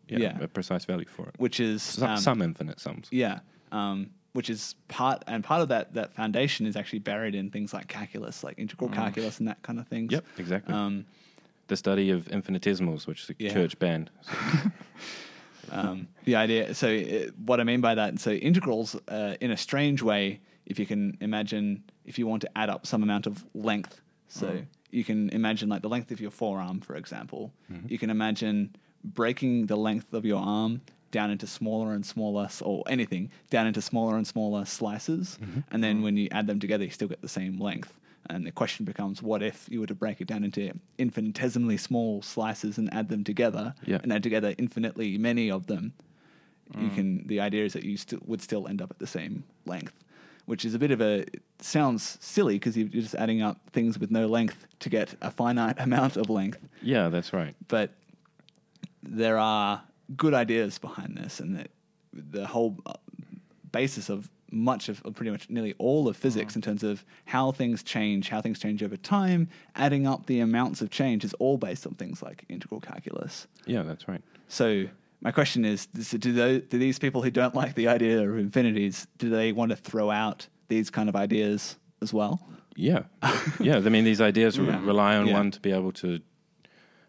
C: yeah,
B: Yeah.
C: a precise value for it.
B: Which is
C: Some,
B: um,
C: some infinite sums.
B: Yeah, um, which is part and part of that that foundation is actually buried in things like calculus, like integral calculus and that kind of thing.
C: Yep, exactly.
B: Um,
C: the study of infinitesimals, which the
B: Yeah.
C: church banned.
B: um, the idea. So uh what I mean by that, so integrals, uh, in a strange way, if you can imagine, if you want to add up some amount of length, so you can imagine like the length of your forearm, for example, you can imagine breaking the length of your arm down into smaller and smaller, s- or anything down into smaller and smaller slices, and then when you add them together, you still get the same length. And the question becomes, what if you were to break it down into infinitesimally small slices and add them together,
C: Yeah.
B: and add together infinitely many of them, you can. The idea is that you still would still end up at the same length, which is a bit of a it sounds silly because you're just adding up things with no length to get a finite amount of length.
C: Yeah, that's right.
B: But there are good ideas behind this, and that the whole uh, basis of much of of pretty much nearly all of physics in terms of how things change, how things change over time, adding up the amounts of change is all based on things like integral calculus.
C: Yeah, that's right.
B: So my question is: so do, those, do these people who don't like the idea of infinities do they want to throw out these kind of ideas as well?
C: Yeah, yeah. I mean, these ideas re- rely on
B: Yeah.
C: one to be able to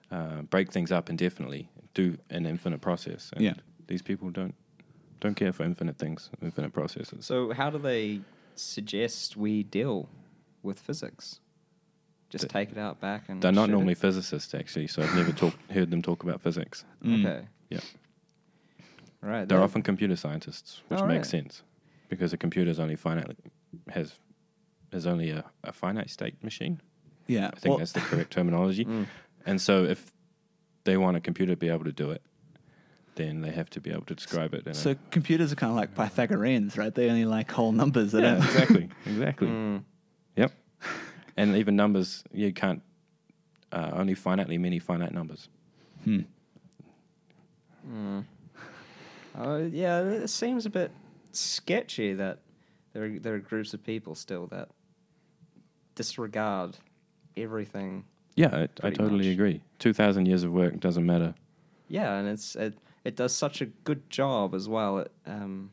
C: uh, break things up indefinitely, do an infinite process. And
B: Yeah.
C: these people don't don't care for infinite things, infinite processes.
D: So how do they suggest we deal with physics? Just
C: They-
D: take it out back
B: Mm,
D: and
C: They're not
D: shoot it?
C: normally physicists, actually, so I've never talk, heard them talk about physics.
D: okay.
C: Yeah,
D: Right.
C: they're
D: that-
C: often computer scientists, which
D: Oh,
C: makes
D: right.
C: sense because a computer is only finite has is only a, a finite state machine.
B: Yeah,
C: I think
B: well,
C: that's the correct terminology. And so if they want a computer to be able to do it, then they have to be able to describe it. In
B: so computers are kind of like Pythagoreans, right? They only like whole numbers. They
C: a, yeah,
B: don't.
C: exactly, exactly. Yep. And even numbers, you can't uh, only finitely many finite numbers.
D: Oh yeah, it seems a bit sketchy that there are, there are groups of people still that disregard everything.
C: Yeah, I, I
D: Pretty
C: totally
D: much.
C: agree. Two thousand years of work doesn't matter.
D: Yeah, and it's it, it does such a good job as well. At, um,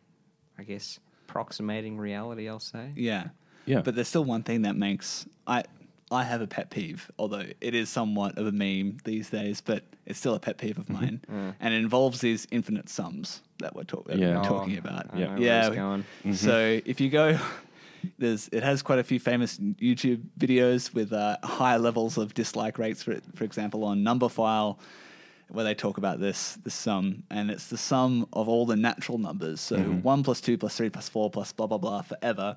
D: I guess approximating reality. I'll say.
B: Yeah.
C: Yeah.
B: But there's still one thing that makes I I have a pet peeve, although it is somewhat of a meme these days, but it's still a pet peeve
C: Mm-hmm.
B: of mine,
C: Mm.
B: and it involves these infinite sums that we're, talk- that
C: Yeah.
B: we're
C: Oh,
B: talking about.
D: I know where
B: yeah.
D: it's going. Mm-hmm.
B: So if you go, there's it has quite a few famous YouTube videos with uh, high levels of dislike rates. For for example, on number file. Where they talk about this this sum, and it's the sum of all the natural numbers. So
D: Mm-hmm.
B: one plus two plus three plus four plus blah blah blah forever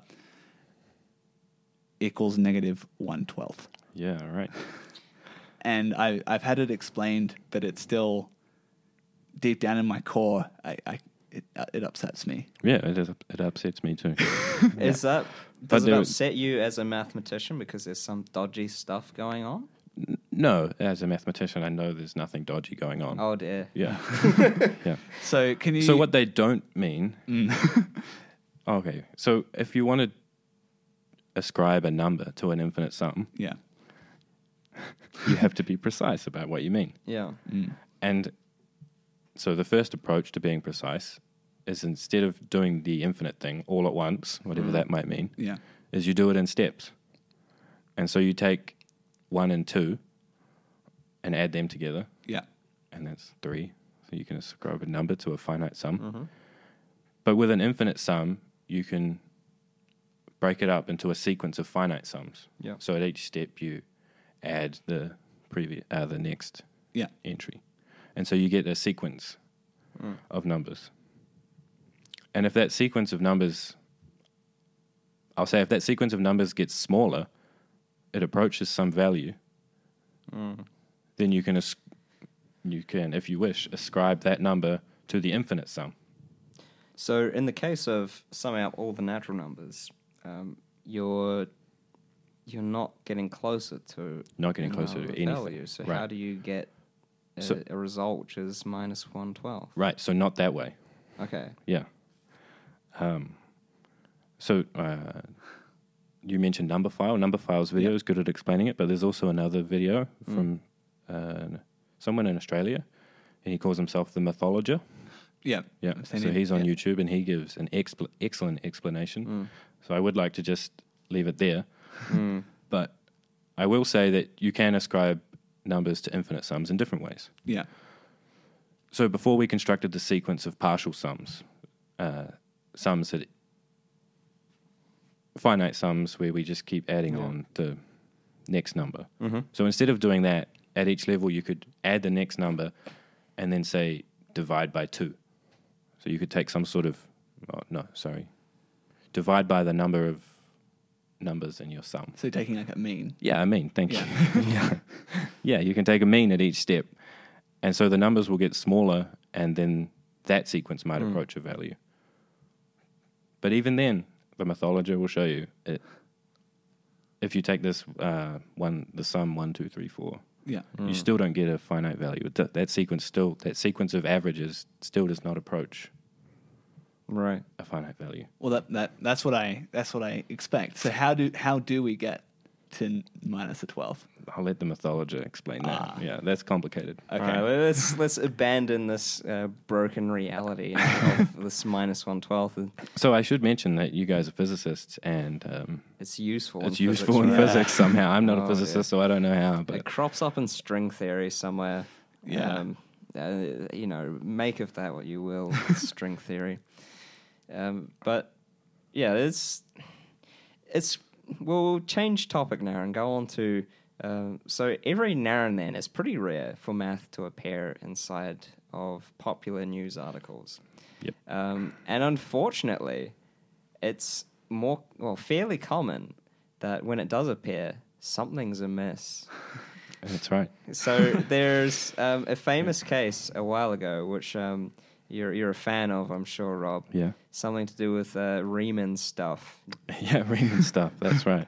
B: equals negative one twelfth.
C: Yeah, right.
B: And I, I've had it explained, but it's still deep down in my core. I, I it, uh, it upsets me.
C: Yeah, it is, it upsets me too.
D: Is that does it
C: there-
D: upset you as a mathematician because there's some dodgy stuff going on?
C: no, as a mathematician, I know there's nothing dodgy going on.
D: Oh dear.
C: Yeah, yeah.
B: So can you?
C: So what they don't mean. okay, so if you want to ascribe a number to an infinite sum,
B: Yeah.
C: you have to be precise about what you mean.
D: Yeah.
C: And so the first approach to being precise is instead of doing the infinite thing all at once, whatever that might mean,
B: Yeah.
C: is you do it in steps. And so you take one and two and add them together,
B: Yeah.
C: and that's three. So you can ascribe a number to a finite sum. But with an infinite sum, you can break it up into a sequence of finite sums.
D: Yeah.
C: So at each step, you add the previous, uh, the next
B: Yeah.
C: entry, and so you get a sequence of numbers. And if that sequence of numbers, I'll say, if that sequence of numbers gets smaller, it approaches some value. then you can as- you can, if you wish, ascribe that number to the infinite sum.
D: So, in the case of summing up all the natural numbers, um, you're you're not getting closer to
C: Not getting
D: an
C: closer to
D: arbitrary
C: anything,
D: Value. So,
C: right.
D: how do you get a,
C: So-
D: a result which is minus one twelve?
C: Right. So not that way.
D: Okay.
C: Yeah. Um, so uh, you mentioned number file. Number file's video is good at explaining it, but there's also another video from uh, someone in Australia, and he calls himself the mythologer.
B: Yeah.
C: Yeah.
B: I've seen
C: So
B: it.
C: he's on
B: Yeah. Mm.
C: YouTube and he gives an expl- excellent explanation. So I would like to just leave it there. But I will say that you can ascribe numbers to infinite sums in different ways.
B: Yeah.
C: So before we constructed the sequence of partial sums, uh, sums that finite sums where we just keep adding on the next number. So instead of doing that at each level, you could add the next number and then say divide by two. So you could take some sort of oh, no, sorry, divide by the number of numbers in your sum.
B: So taking like a mean.
C: Yeah, I mean, thank you. yeah. yeah, you can take a mean at each step. And so the numbers will get smaller, and then that sequence might approach a value. But even then, the mythologer will show you it. If you take this uh, one, the sum one, two, three, four,
B: Yeah.
C: you still don't get a finite value. It do- That sequence still, that sequence of averages still does not approach
D: Right.
C: a finite value.
B: Well, that, that that's what I that's what I expect. So how do how do we get to n- minus a twelve?
C: I'll let the mythologer explain that. Yeah, that's complicated.
B: Okay.
D: All right, let's let's abandon this uh, broken reality of this minus one twelfth.
C: So I should mention that you guys are physicists, and um,
D: It's useful.
C: it's
D: in
C: useful
D: physics,
C: in
D: right?
C: physics somehow. I'm not
D: Oh,
C: a
D: yeah.
C: physicist, so I don't know how, uh, but
D: It crops up in string theory somewhere.
B: Yeah.
D: uh, you know, make of that what you will, string theory. Um, but yeah, it's it's we'll change topic now and go on to um, so every now and then it's pretty rare for math to appear inside of popular news articles.
C: Yep.
D: Um, and unfortunately, it's more well fairly common that when it does appear, something's amiss.
C: that's right.
D: So there's um, a famous case a while ago, which um, you're you're a fan of, I'm sure, Rob.
C: Yeah.
D: Something to do with uh, Riemann stuff.
C: yeah, Riemann stuff. That's right.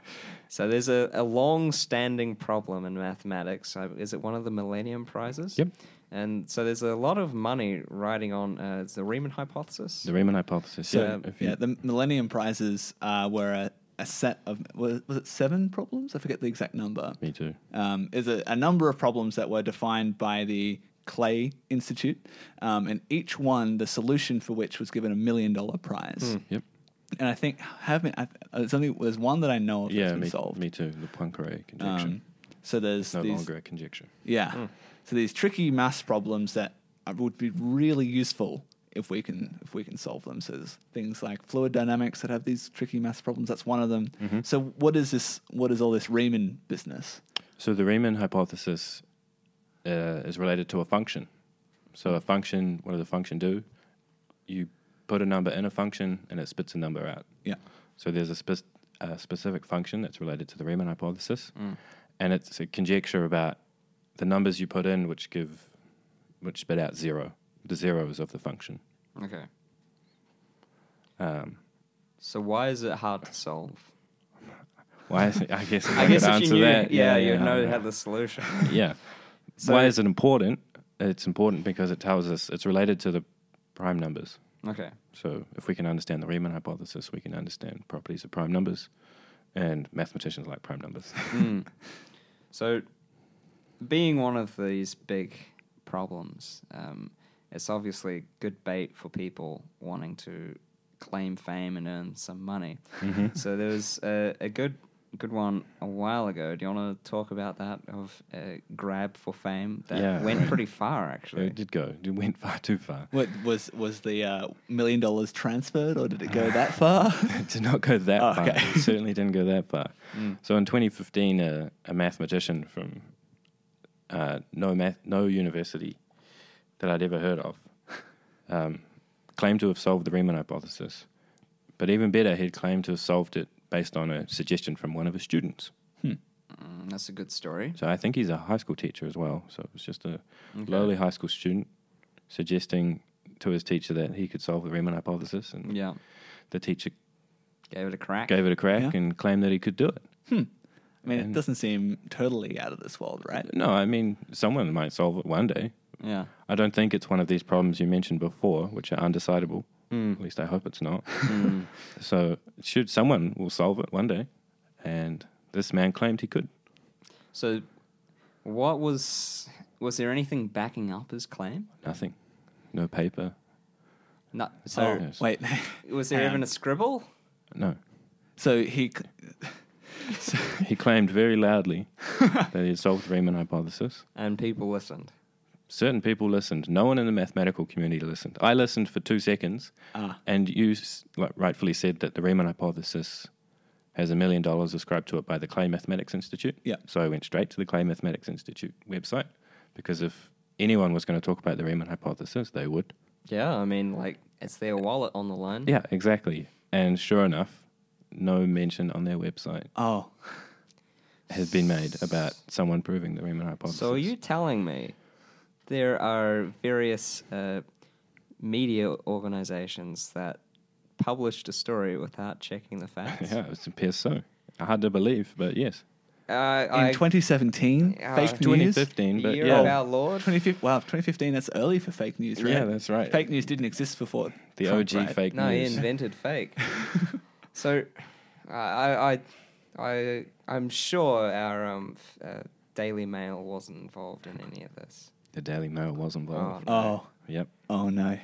D: So there's a, a long-standing problem in mathematics. Uh, Is it one of the Millennium Prizes?
C: Yep.
D: And so there's a lot of money riding on uh, it's the Riemann hypothesis.
C: The Riemann hypothesis. yeah,
B: So
C: if you-
B: yeah, the Millennium Prizes uh, were a, a set of was, was it seven problems? I forget the exact number.
C: me too.
B: um, is a, a number of problems that were defined by the Clay Institute, um, and each one, the solution for which was given a million dollar prize.
C: Yep.
B: And I think have been, I, there's only there's one that I know of
C: Yeah,
B: that's been
C: me,
B: solved.
C: me too. The Poincare conjecture.
B: Um, so there's
C: no
B: these,
C: longer a conjecture.
B: yeah, so these tricky math problems that are- would be really useful if we can if we can solve them. So there's things like fluid dynamics that have these tricky math problems. That's one of them.
C: Mm-hmm.
B: So what is this? What is all this Riemann business?
C: So the Riemann hypothesis uh, is related to a function. So a function, what does a function do? You put a number in a function and it spits a number out.
B: Yeah,
C: So there's a, spec- a specific function that's related to the Riemann hypothesis,
D: Mm.
C: and it's a conjecture about the numbers you put in which give, which spit out zero, the zeros of the function.
D: Okay.
C: Um,
D: So why is it hard to solve?
C: why is it, I guess if I,
D: I guess
C: could
D: if
C: answer
D: you knew,
C: that,
D: yeah, you'd
C: I
D: know
C: don't
D: how the solution.
C: yeah.
D: So-
C: why is it important? It's important because it tells us it's related to the prime numbers.
D: okay.
C: So if we can understand the Riemann hypothesis, we can understand properties of prime numbers, and mathematicians like prime numbers.
D: So, being one of these big problems, um, it's obviously good bait for people wanting to claim fame and earn some money.
C: Mm-hmm.
D: So there was a, a good good one a while ago. Do you want to talk about that of a grab for fame that
C: Yeah,
D: went
C: right.
D: pretty far actually?
C: it did go. It went far too far.
B: What was was the uh, million dollars transferred, or did it go that far?
C: it did not go that
B: Oh,
C: far.
B: okay. Mm.
C: It certainly didn't go that far. So in 2015, a, a mathematician from uh, no math, no university that I'd ever heard of um, claimed to have solved the Riemann hypothesis. But even better, he'd claimed to have solved it based on a suggestion from one of his students.
D: Mm, that's a good story.
C: So I think he's a high school teacher as well. So it was just a lowly high school student suggesting to his teacher that he could solve the Riemann hypothesis,
B: Mm.
C: and
D: Yeah.
C: the teacher
D: Gave it a crack.
C: gave it a crack
B: Yeah.
C: and claimed that he could do it.
B: I mean, it doesn't seem totally out of this world, right?
C: No, I mean someone might solve it one day.
D: Yeah.
C: I don't think it's one of these problems you mentioned before, which are undecidable. At least I hope it's not. So, should someone will solve it one day, and this man claimed he could.
D: So, what was was there anything backing up his claim?
C: Nothing, no paper,
D: No. So,
B: Oh,
C: Yes.
B: wait.
D: was there
B: hang
D: even
B: on.
D: a scribble?
C: no.
B: So he, cl-
C: He claimed very loudly that he had solved the Riemann hypothesis.
D: And people listened.
C: Certain people listened. No one in the mathematical community listened. I listened for two seconds,
D: Ah.
C: and you s- like, rightfully said that the Riemann hypothesis has a million dollars ascribed to it by the Clay Mathematics Institute.
B: Yeah.
C: So I went straight to the Clay Mathematics Institute website because if anyone was going to talk about the Riemann hypothesis, they would.
D: Yeah, I mean, like it's their wallet on the line.
C: Yeah, exactly. And sure enough, no mention on their website
B: oh,
C: has been made about someone proving the Riemann hypothesis.
D: So, are you telling me there are various uh, media organizations that published a story without checking the facts?
C: Yeah, it appears so. Hard to believe, but yes.
D: Uh,
B: in 2017,
D: uh,
B: fake news.
C: 2015, but
D: year
C: yeah,
D: of our Lord.
B: 2015, wow, 2015, that's early for fake news, right?
C: Yeah, that's right.
B: Fake news didn't exist before.
C: the
B: Trump,
C: OG
B: right?
C: fake
D: No,
C: news.
D: he invented fake. so, I, I, I, I, I'm sure our um, f- uh, Daily Mail wasn't involved in any of this.
C: the Daily Mail was involved.
D: Oh,
B: Oh,
C: Yep.
B: oh no.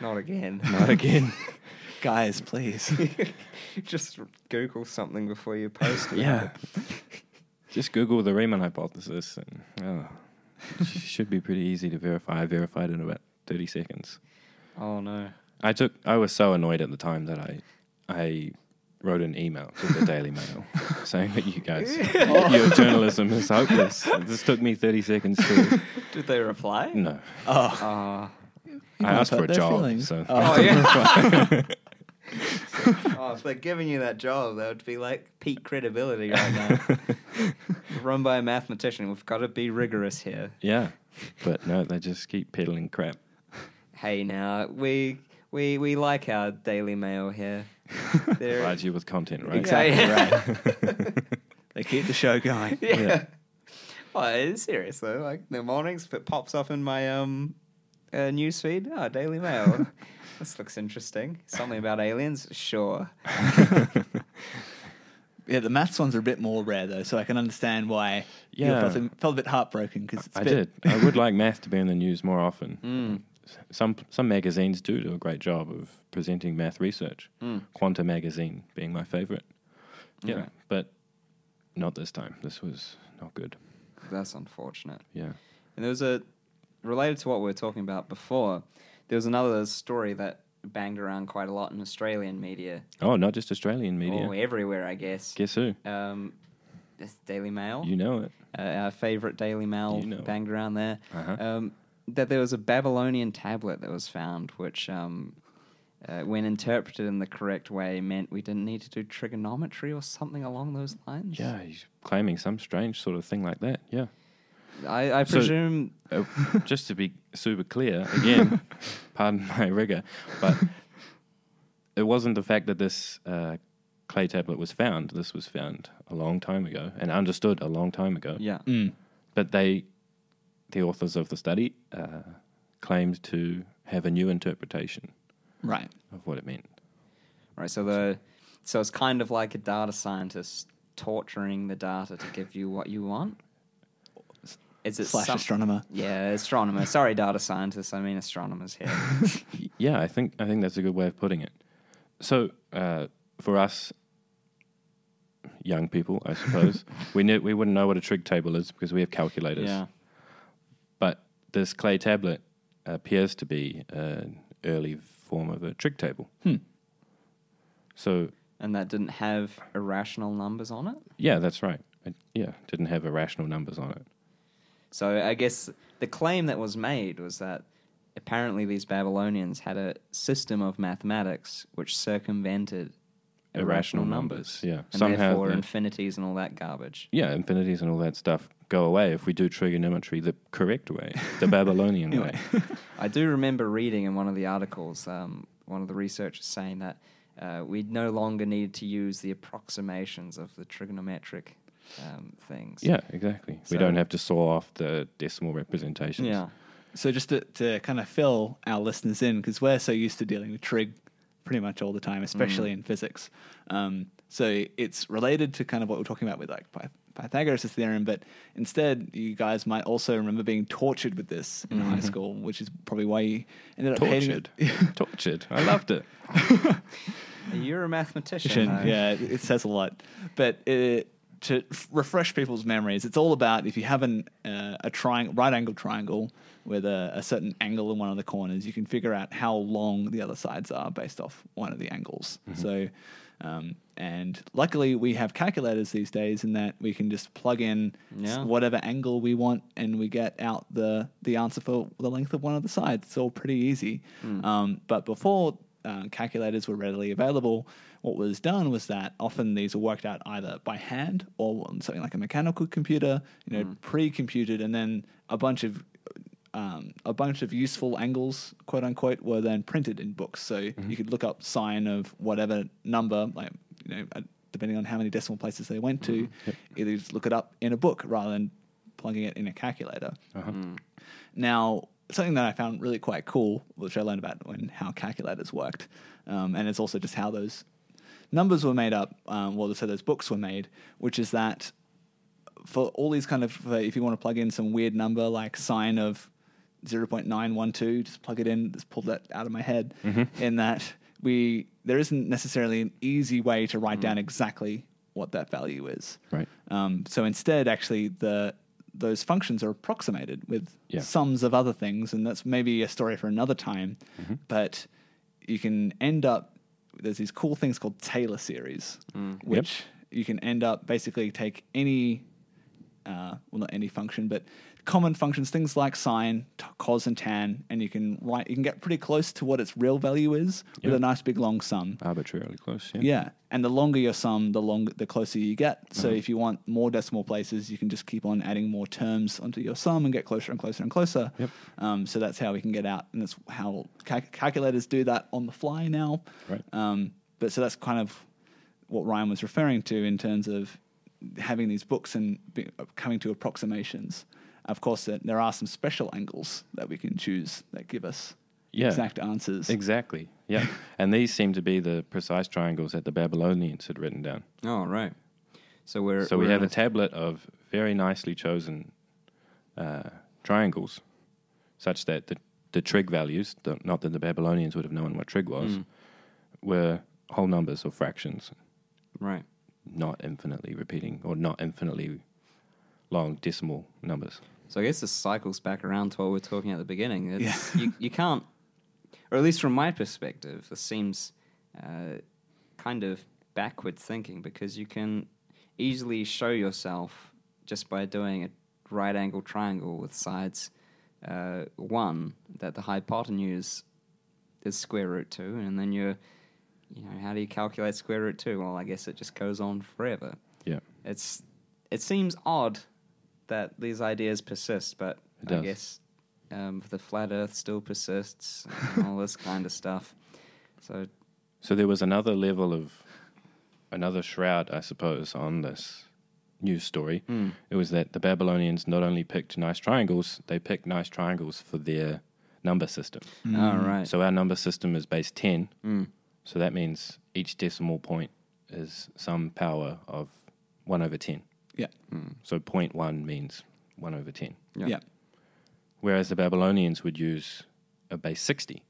D: Not again.
C: Not again.
B: Guys, please.
D: Just Google something before you post. about
C: yeah.
D: it.
C: Just Google the Riemann hypothesis, and oh, it should be pretty easy to verify. I verified in about thirty seconds.
D: Oh no.
C: I took. I was so annoyed at the time that I, I wrote an email to the Daily Mail saying that you guys, your journalism is hopeless. This took me thirty seconds to.
D: Did they reply?
C: No,
D: Oh.
B: You
C: I
B: might
C: asked for a
B: hurt their
C: job,
B: feelings.
C: so
D: Oh, yeah. oh, if they're giving you that job, that would be like peak credibility right now. Run by a mathematician. We've got to be rigorous here.
C: yeah, but no, they just keep peddling crap.
D: Hey, now we we we like our Daily Mail here. They're-
C: Provides you with content, right?
B: Exactly.
D: Yeah.
B: They keep the show going.
D: yeah. Well, it's serious though. Like in the mornings, if it pops up in my um uh, newsfeed. Oh, Daily Mail. this looks interesting. Something about aliens, sure.
B: Yeah, the maths ones are a bit more rare though, so I can understand why
C: Yeah.
B: you felt, felt a bit heartbroken because it's a
C: I
B: bit,
C: did. I would like math to be in the news more often. S- Some some magazines do do a great job of presenting math research. Quanta magazine being my favorite. Yeah,
D: Okay.
C: but not this time. This was not good.
D: That's unfortunate.
C: Yeah,
D: And there was a related to what we were talking about before. There was another story that banged around quite a lot in Australian media,
C: Oh, not just Australian media.
D: or everywhere, I guess.
C: Guess who?
D: Um, this Daily Mail.
C: You know it.
D: uh, our favorite Daily Mail
C: You know.
D: banged around there.
C: Uh-huh.
D: Um, that there was a Babylonian tablet that was found, which, um, uh, when interpreted in the correct way, meant we didn't need to do trigonometry or something along those lines.
C: Yeah, he's claiming some strange sort of thing like that. Yeah.
D: I, I
C: So-
D: presume.
C: Uh, just to be super clear, again, pardon my rigor, but it wasn't the fact that this uh, clay tablet was found. This was found a long time ago and understood a long time ago.
D: yeah.
C: But they, the authors of the study, uh, claimed to have a new interpretation
B: right.
C: of what it meant.
D: Right. So the so it's kind of like a data scientist torturing the data to give you what you want. Is it
B: Slash
D: some-
B: astronomer.
D: Yeah, astronomer. Sorry, data scientists. I mean astronomers here.
C: Y- Yeah, I think I think that's a good way of putting it. So uh, for us, young people, I suppose, we knew, we wouldn't know what a trig table is because we have calculators.
D: yeah.
C: But this clay tablet appears to be an early form of a trig table.
D: Hmm.
C: So
D: And that didn't have irrational numbers on it.
C: yeah, that's right. It, yeah, didn't have irrational numbers on it.
D: So I guess the claim that was made was that apparently these Babylonians had a system of mathematics which circumvented
C: irrational numbers. Yeah.
D: And
C: Somehow,
D: therefore
C: the-
D: infinities and all that garbage.
C: yeah, infinities and all that stuff go away if we do trigonometry the correct way, the Babylonian way.
D: I do remember reading in one of the articles, um, one of the researchers saying that uh, we no longer needed to use the approximations of the trigonometric um, things.
C: Yeah, exactly.
D: So-
C: we don't have to saw off the decimal representations.
D: Yeah.
B: So just to, to kind of fill our listeners in, because we're so used to dealing with trig pretty much all the time, especially in physics. Um, so it's related to kind of what we're talking about with like Pyth- Pythagoras' theorem, but instead you guys might also remember being tortured with this in high school, which is probably why you ended up hating it.
C: Tortured. Tortured. I loved it.
D: You're a mathematician. Uh,
B: Shin,
D: though.
B: Yeah, it, it says a lot. But it, to f- refresh people's memories, it's all about if you have an, uh, a triangle, right angle triangle with a, a certain angle in one of the corners, you can figure out how long the other sides are based off one of the angles. So, um, and luckily we have calculators these days in that we can just plug in s-
D: Yeah.
B: whatever angle we want and we get out the, the answer for the length of one of the sides. It's all pretty easy. Um, but before uh, calculators were readily available, what was done was that often these were worked out either by hand or on something like a mechanical computer, you know, pre-computed, and then a bunch of um, a bunch of useful angles, quote unquote, were then printed in books. So you could look up sine of whatever number, like you know, uh, depending on how many decimal places they went to, either you just look it up in a book rather than plugging it in a calculator. Now, something that I found really quite cool, which I learned about when how calculators worked, um, and it's also just how those numbers were made up, um, well, so those books were made, which is that for all these kind of, uh, if you want to plug in some weird number like sine of 0.912, just plug it in, just pulled that out of my head, in that we, there isn't necessarily an easy way to write down exactly what that value is.
C: Right.
B: Um, so instead, actually, the those functions are approximated with
C: Yeah.
B: sums of other things, and that's maybe a story for another time. But you can end up there's these cool things called Taylor series, which you can end up basically take any uh, well not any function, but common functions, things like sine, t- cos, and tan, and you can write you can get pretty close to what its real value is with
C: Yeah.
B: a nice big long sum.
C: Arbitrarily close. Yeah. Uh-huh.
B: Yeah, and the longer your sum, the long the closer you get. So if you want more decimal places, you can just keep on adding more terms onto your sum and get closer and closer and closer.
C: Yep.
B: Um, so that's how we can get out, and that's how cal- calculators do that on the fly now.
C: Right.
B: Um, but so that's kind of what Ryan was referring to in terms of having these books and be, coming to approximations. Of course, there- there are some special angles that we can choose that give us
C: Yeah.
B: exact answers.
C: Exactly. Yeah. and these seem to be the precise triangles that the Babylonians had written down.
D: Oh, right. So we're
C: So we
D: we're
C: have
D: in
C: a tablet of very nicely chosen uh, triangles, such that the, the trig values, the, not that the Babylonians would have known what trig was, were whole numbers or fractions,
D: right.
C: not infinitely repeating or not infinitely long decimal numbers.
D: So I guess this cycles back around to what we were talking at the beginning. It's, you, you can't, or at least from my perspective, this seems uh, kind of backward thinking because you can easily show yourself just by doing a right angle triangle with sides uh, one that the hypotenuse is square root two, and then you're, you know, how do you calculate square root two? Well, I guess it just goes on forever.
C: Yeah.
D: It's it seems odd that these ideas persist, but
C: It
D: I
C: does.
D: guess um, the flat Earth still persists and all this kind of stuff. So
C: So there was another level of another shroud, I suppose, on this news story. It was that the Babylonians not only picked nice triangles, they picked nice triangles for their number system.
D: all right,
C: So our number system is base 10. So that means each decimal point is some power of 1 over 10.
B: Yeah.
C: So 0.1 means 1 over 10.
D: Yeah.
B: yeah.
C: Whereas the Babylonians would use a base 60.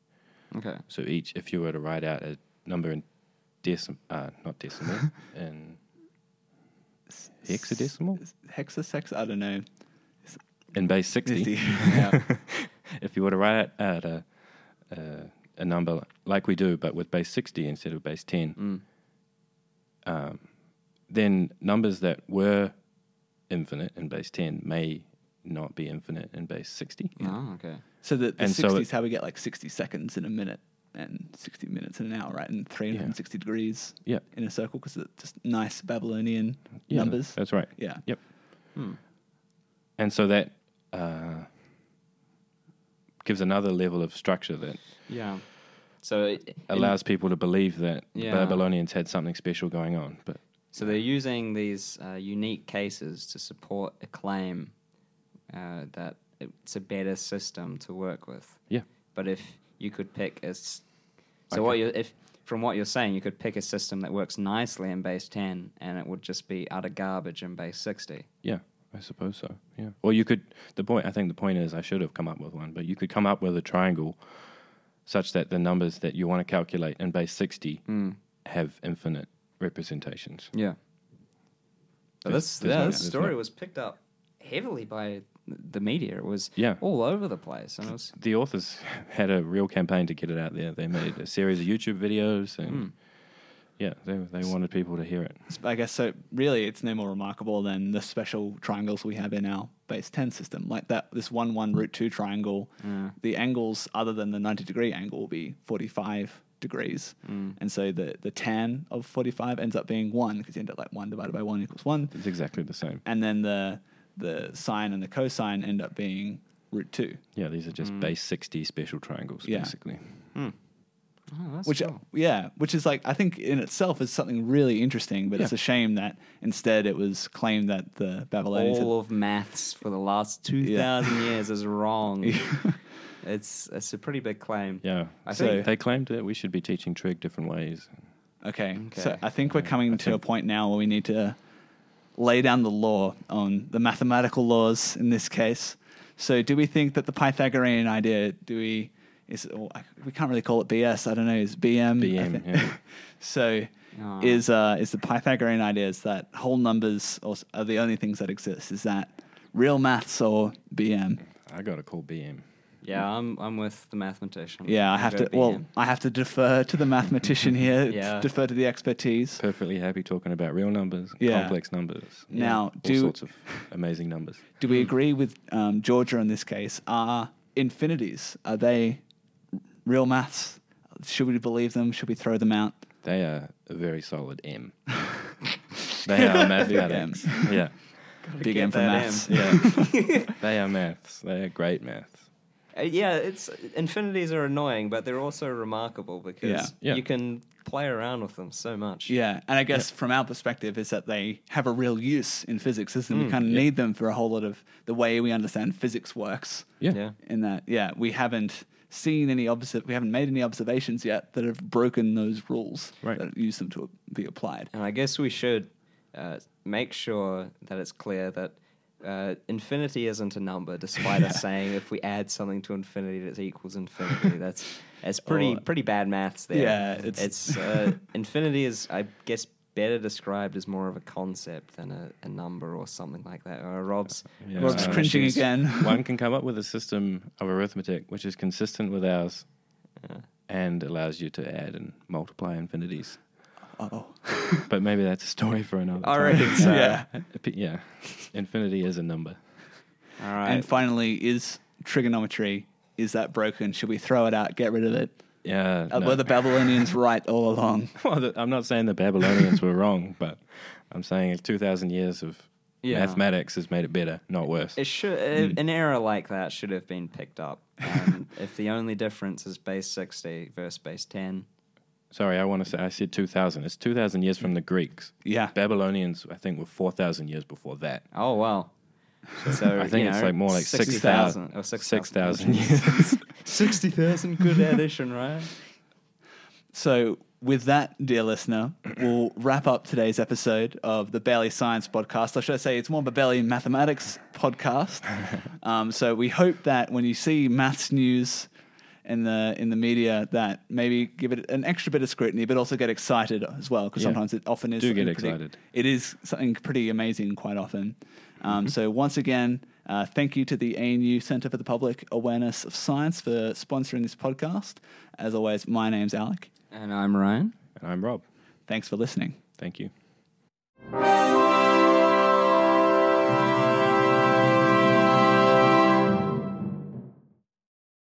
D: okay,
C: So each, if you were to write out a number in decimal, uh, not decimal, in hexadecimal,
B: Hexa, sex, I don't know.
C: in base 60,
D: yeah,
C: if you were to write out a, a, a number like we do, but with base 60 instead of base 10, um, then numbers that were infinite in base 10 may not be infinite in base 60.
D: oh, okay,
B: So that the
C: And so
B: 60
C: it-
B: is how we get like 60 seconds in a minute. and 60 minutes and an hour, right? And 360 degrees
C: Yeah.
B: in a circle because it's just nice Babylonian
C: Yeah,
B: numbers.
C: That's right.
B: Yeah.
C: Yep. And so that uh, gives another level of structure that
D: Yeah. So it,
C: allows people to believe that the
D: Yeah.
C: Babylonians had something special going on. But
D: So they're using these uh, unique cases to support a claim uh, that it's a better system to work with.
C: yeah,
D: But if you could pick a, s- so
C: Okay.
D: what you if from what you're saying, you could pick a system that works nicely in base ten, and it would just be utter garbage in base sixty.
C: yeah, I suppose so. Yeah. Or you could. The point. I think the point is I should have come up with one, but you could come up with a triangle such that the numbers that you want to calculate in base sixty
D: Mm.
B: Hmm,
C: have infinite representations.
D: Yeah. But
C: There's-
D: this
C: there's
D: yeah,
C: no-
D: this
C: there's
D: story
C: no-
D: was picked up heavily by the media. It was
C: Yeah.
D: all over the place, and it was
C: the authors had a real campaign to get it out there. They made a series of YouTube videos,
D: Hmm.
C: and yeah, they they wanted people to hear it.
B: I guess so. Really, it's no more remarkable than the special triangles we have in our base ten system, like that this one one root two triangle.
C: Mm.
B: The angles, other than the ninety degree angle, will be forty five degrees,
C: Mm.
B: and so the the tan of forty five ends up being one because you end up like one divided by one equals one,
C: It's exactly the same.
B: and then the the sine and the cosine end up being root two,
C: Yeah, these are just
D: Hmm.
C: base sixty special triangles,
B: Yeah.
C: basically.
D: oh, that's
B: which
D: cool.
B: yeah, which is like I think in itself is something really interesting, but it's
C: Yeah.
B: a shame that instead it was claimed that the Babylonians had
D: all of maths for the last 2000 years is wrong it's it's a pretty big claim
C: Yeah,
D: I
C: so
D: think-
C: they claimed that we should be teaching trig different ways.
B: Okay. So
D: Okay.
B: I think we're coming to a point now where we need to lay down the law on the mathematical laws in this case. So do we think that the Pythagorean idea, do we, is, or I- we can't really call it BS. I don't know. Is BM? I
C: BM,
B: think.
C: yeah.
B: so
D: Ah.
B: is, uh, is the Pythagorean idea is that whole numbers are s- are the only things that exist? Is that real maths or BM?
C: I got to call BM.
D: yeah i'm i'm with the mathematician
B: Yeah, I
D: I'll
B: have
D: go
B: to. Well,
D: BM.
B: I have to defer to the mathematician here.
D: Yeah.
B: Defer to the expertise.
C: Perfectly happy talking about real numbers,
B: Yeah.
C: complex numbers.
B: Now,
C: all
B: do-
C: sorts of amazing numbers.
B: Do we agree with um, Georgia in this case? Are infinities are they real maths? Should we believe them? Should we throw them out?
C: They are a very solid M. they are mathematics. yeah,
B: Big
D: get
B: M for
D: that
B: maths.
D: M.
B: Yeah.
C: they are maths. They are great maths.
D: Uh, yeah it's infinities are annoying but they're also remarkable because
C: Yeah. Yeah.
D: you can play around with them so much
B: yeah, and I guess from our perspective is that they have a real use in physics, isn't it? we kind of need them for a whole lot of the way we understand physics works.
D: yeah
B: In that, yeah, we haven't seen any observ- we haven't made any observations yet that have broken those rules
C: Right.
B: that use them to be applied.
D: And I guess we should uh, make sure that it's clear that uh, infinity isn't a number, despite us saying if we add something to infinity, that equals infinity. That's it's pretty
B: Or-
D: pretty bad maths there.
B: Yeah, it's-
D: it's uh, infinity is I guess better described as more of a concept than a, a number or something like that. Uh, Rob's
C: Yeah.
B: Rob's
C: Uh,
B: cringing again.
C: one can come up with a system of arithmetic which is consistent with ours and allows you to add and multiply infinities.
B: oh.
C: But maybe that's a story for another
D: I
C: time.
D: reckon so.
B: Yeah.
C: P- yeah. Infinity is a number.
D: All right.
B: And finally, is trigonometry is that broken? Should we throw it out, get rid of it?
C: Yeah.
B: Uh,
C: no.
B: Were the Babylonians right all along?
C: Well, the- I'm not saying the Babylonians were wrong, but I'm saying 2,000 years of
D: Yeah.
C: mathematics has made it better, not worse.
D: It should uh,
C: Hmm.
D: an error like that should have been picked up. Um, if the only difference is base sixty versus base ten,
C: Sorry, I want to say I said 2,000. It's 2,000 years from the Greeks.
B: Yeah.
C: Babylonians, I think, were 4,000 years before that.
D: Oh wow. So,
C: I think
D: you
C: it's
D: know,
C: like more like
D: 60,000
C: 6,000
D: or
C: 6,000 years.
D: 60,000 good addition, right?
B: So, with that, dear listener, we'll wrap up today's episode of the Barely Science podcast. Or should I say, it's more of a Barely Mathematics podcast. Um, so, we hope that when you see maths news in the in the media, that maybe give it an extra bit of scrutiny, but also get excited as well, because
C: Yeah.
B: sometimes it often is.
C: Do
B: something
C: get
B: pretty-
C: excited.
B: It is something pretty amazing quite often.
C: Mm-hmm.
B: Um, So, once again, uh, thank you to the ANU Centre for the Public Awareness of Science for sponsoring this podcast. As always, my name's Alec.
D: And I'm Ryan.
C: And I'm Rob.
B: Thanks for listening.
C: Thank you.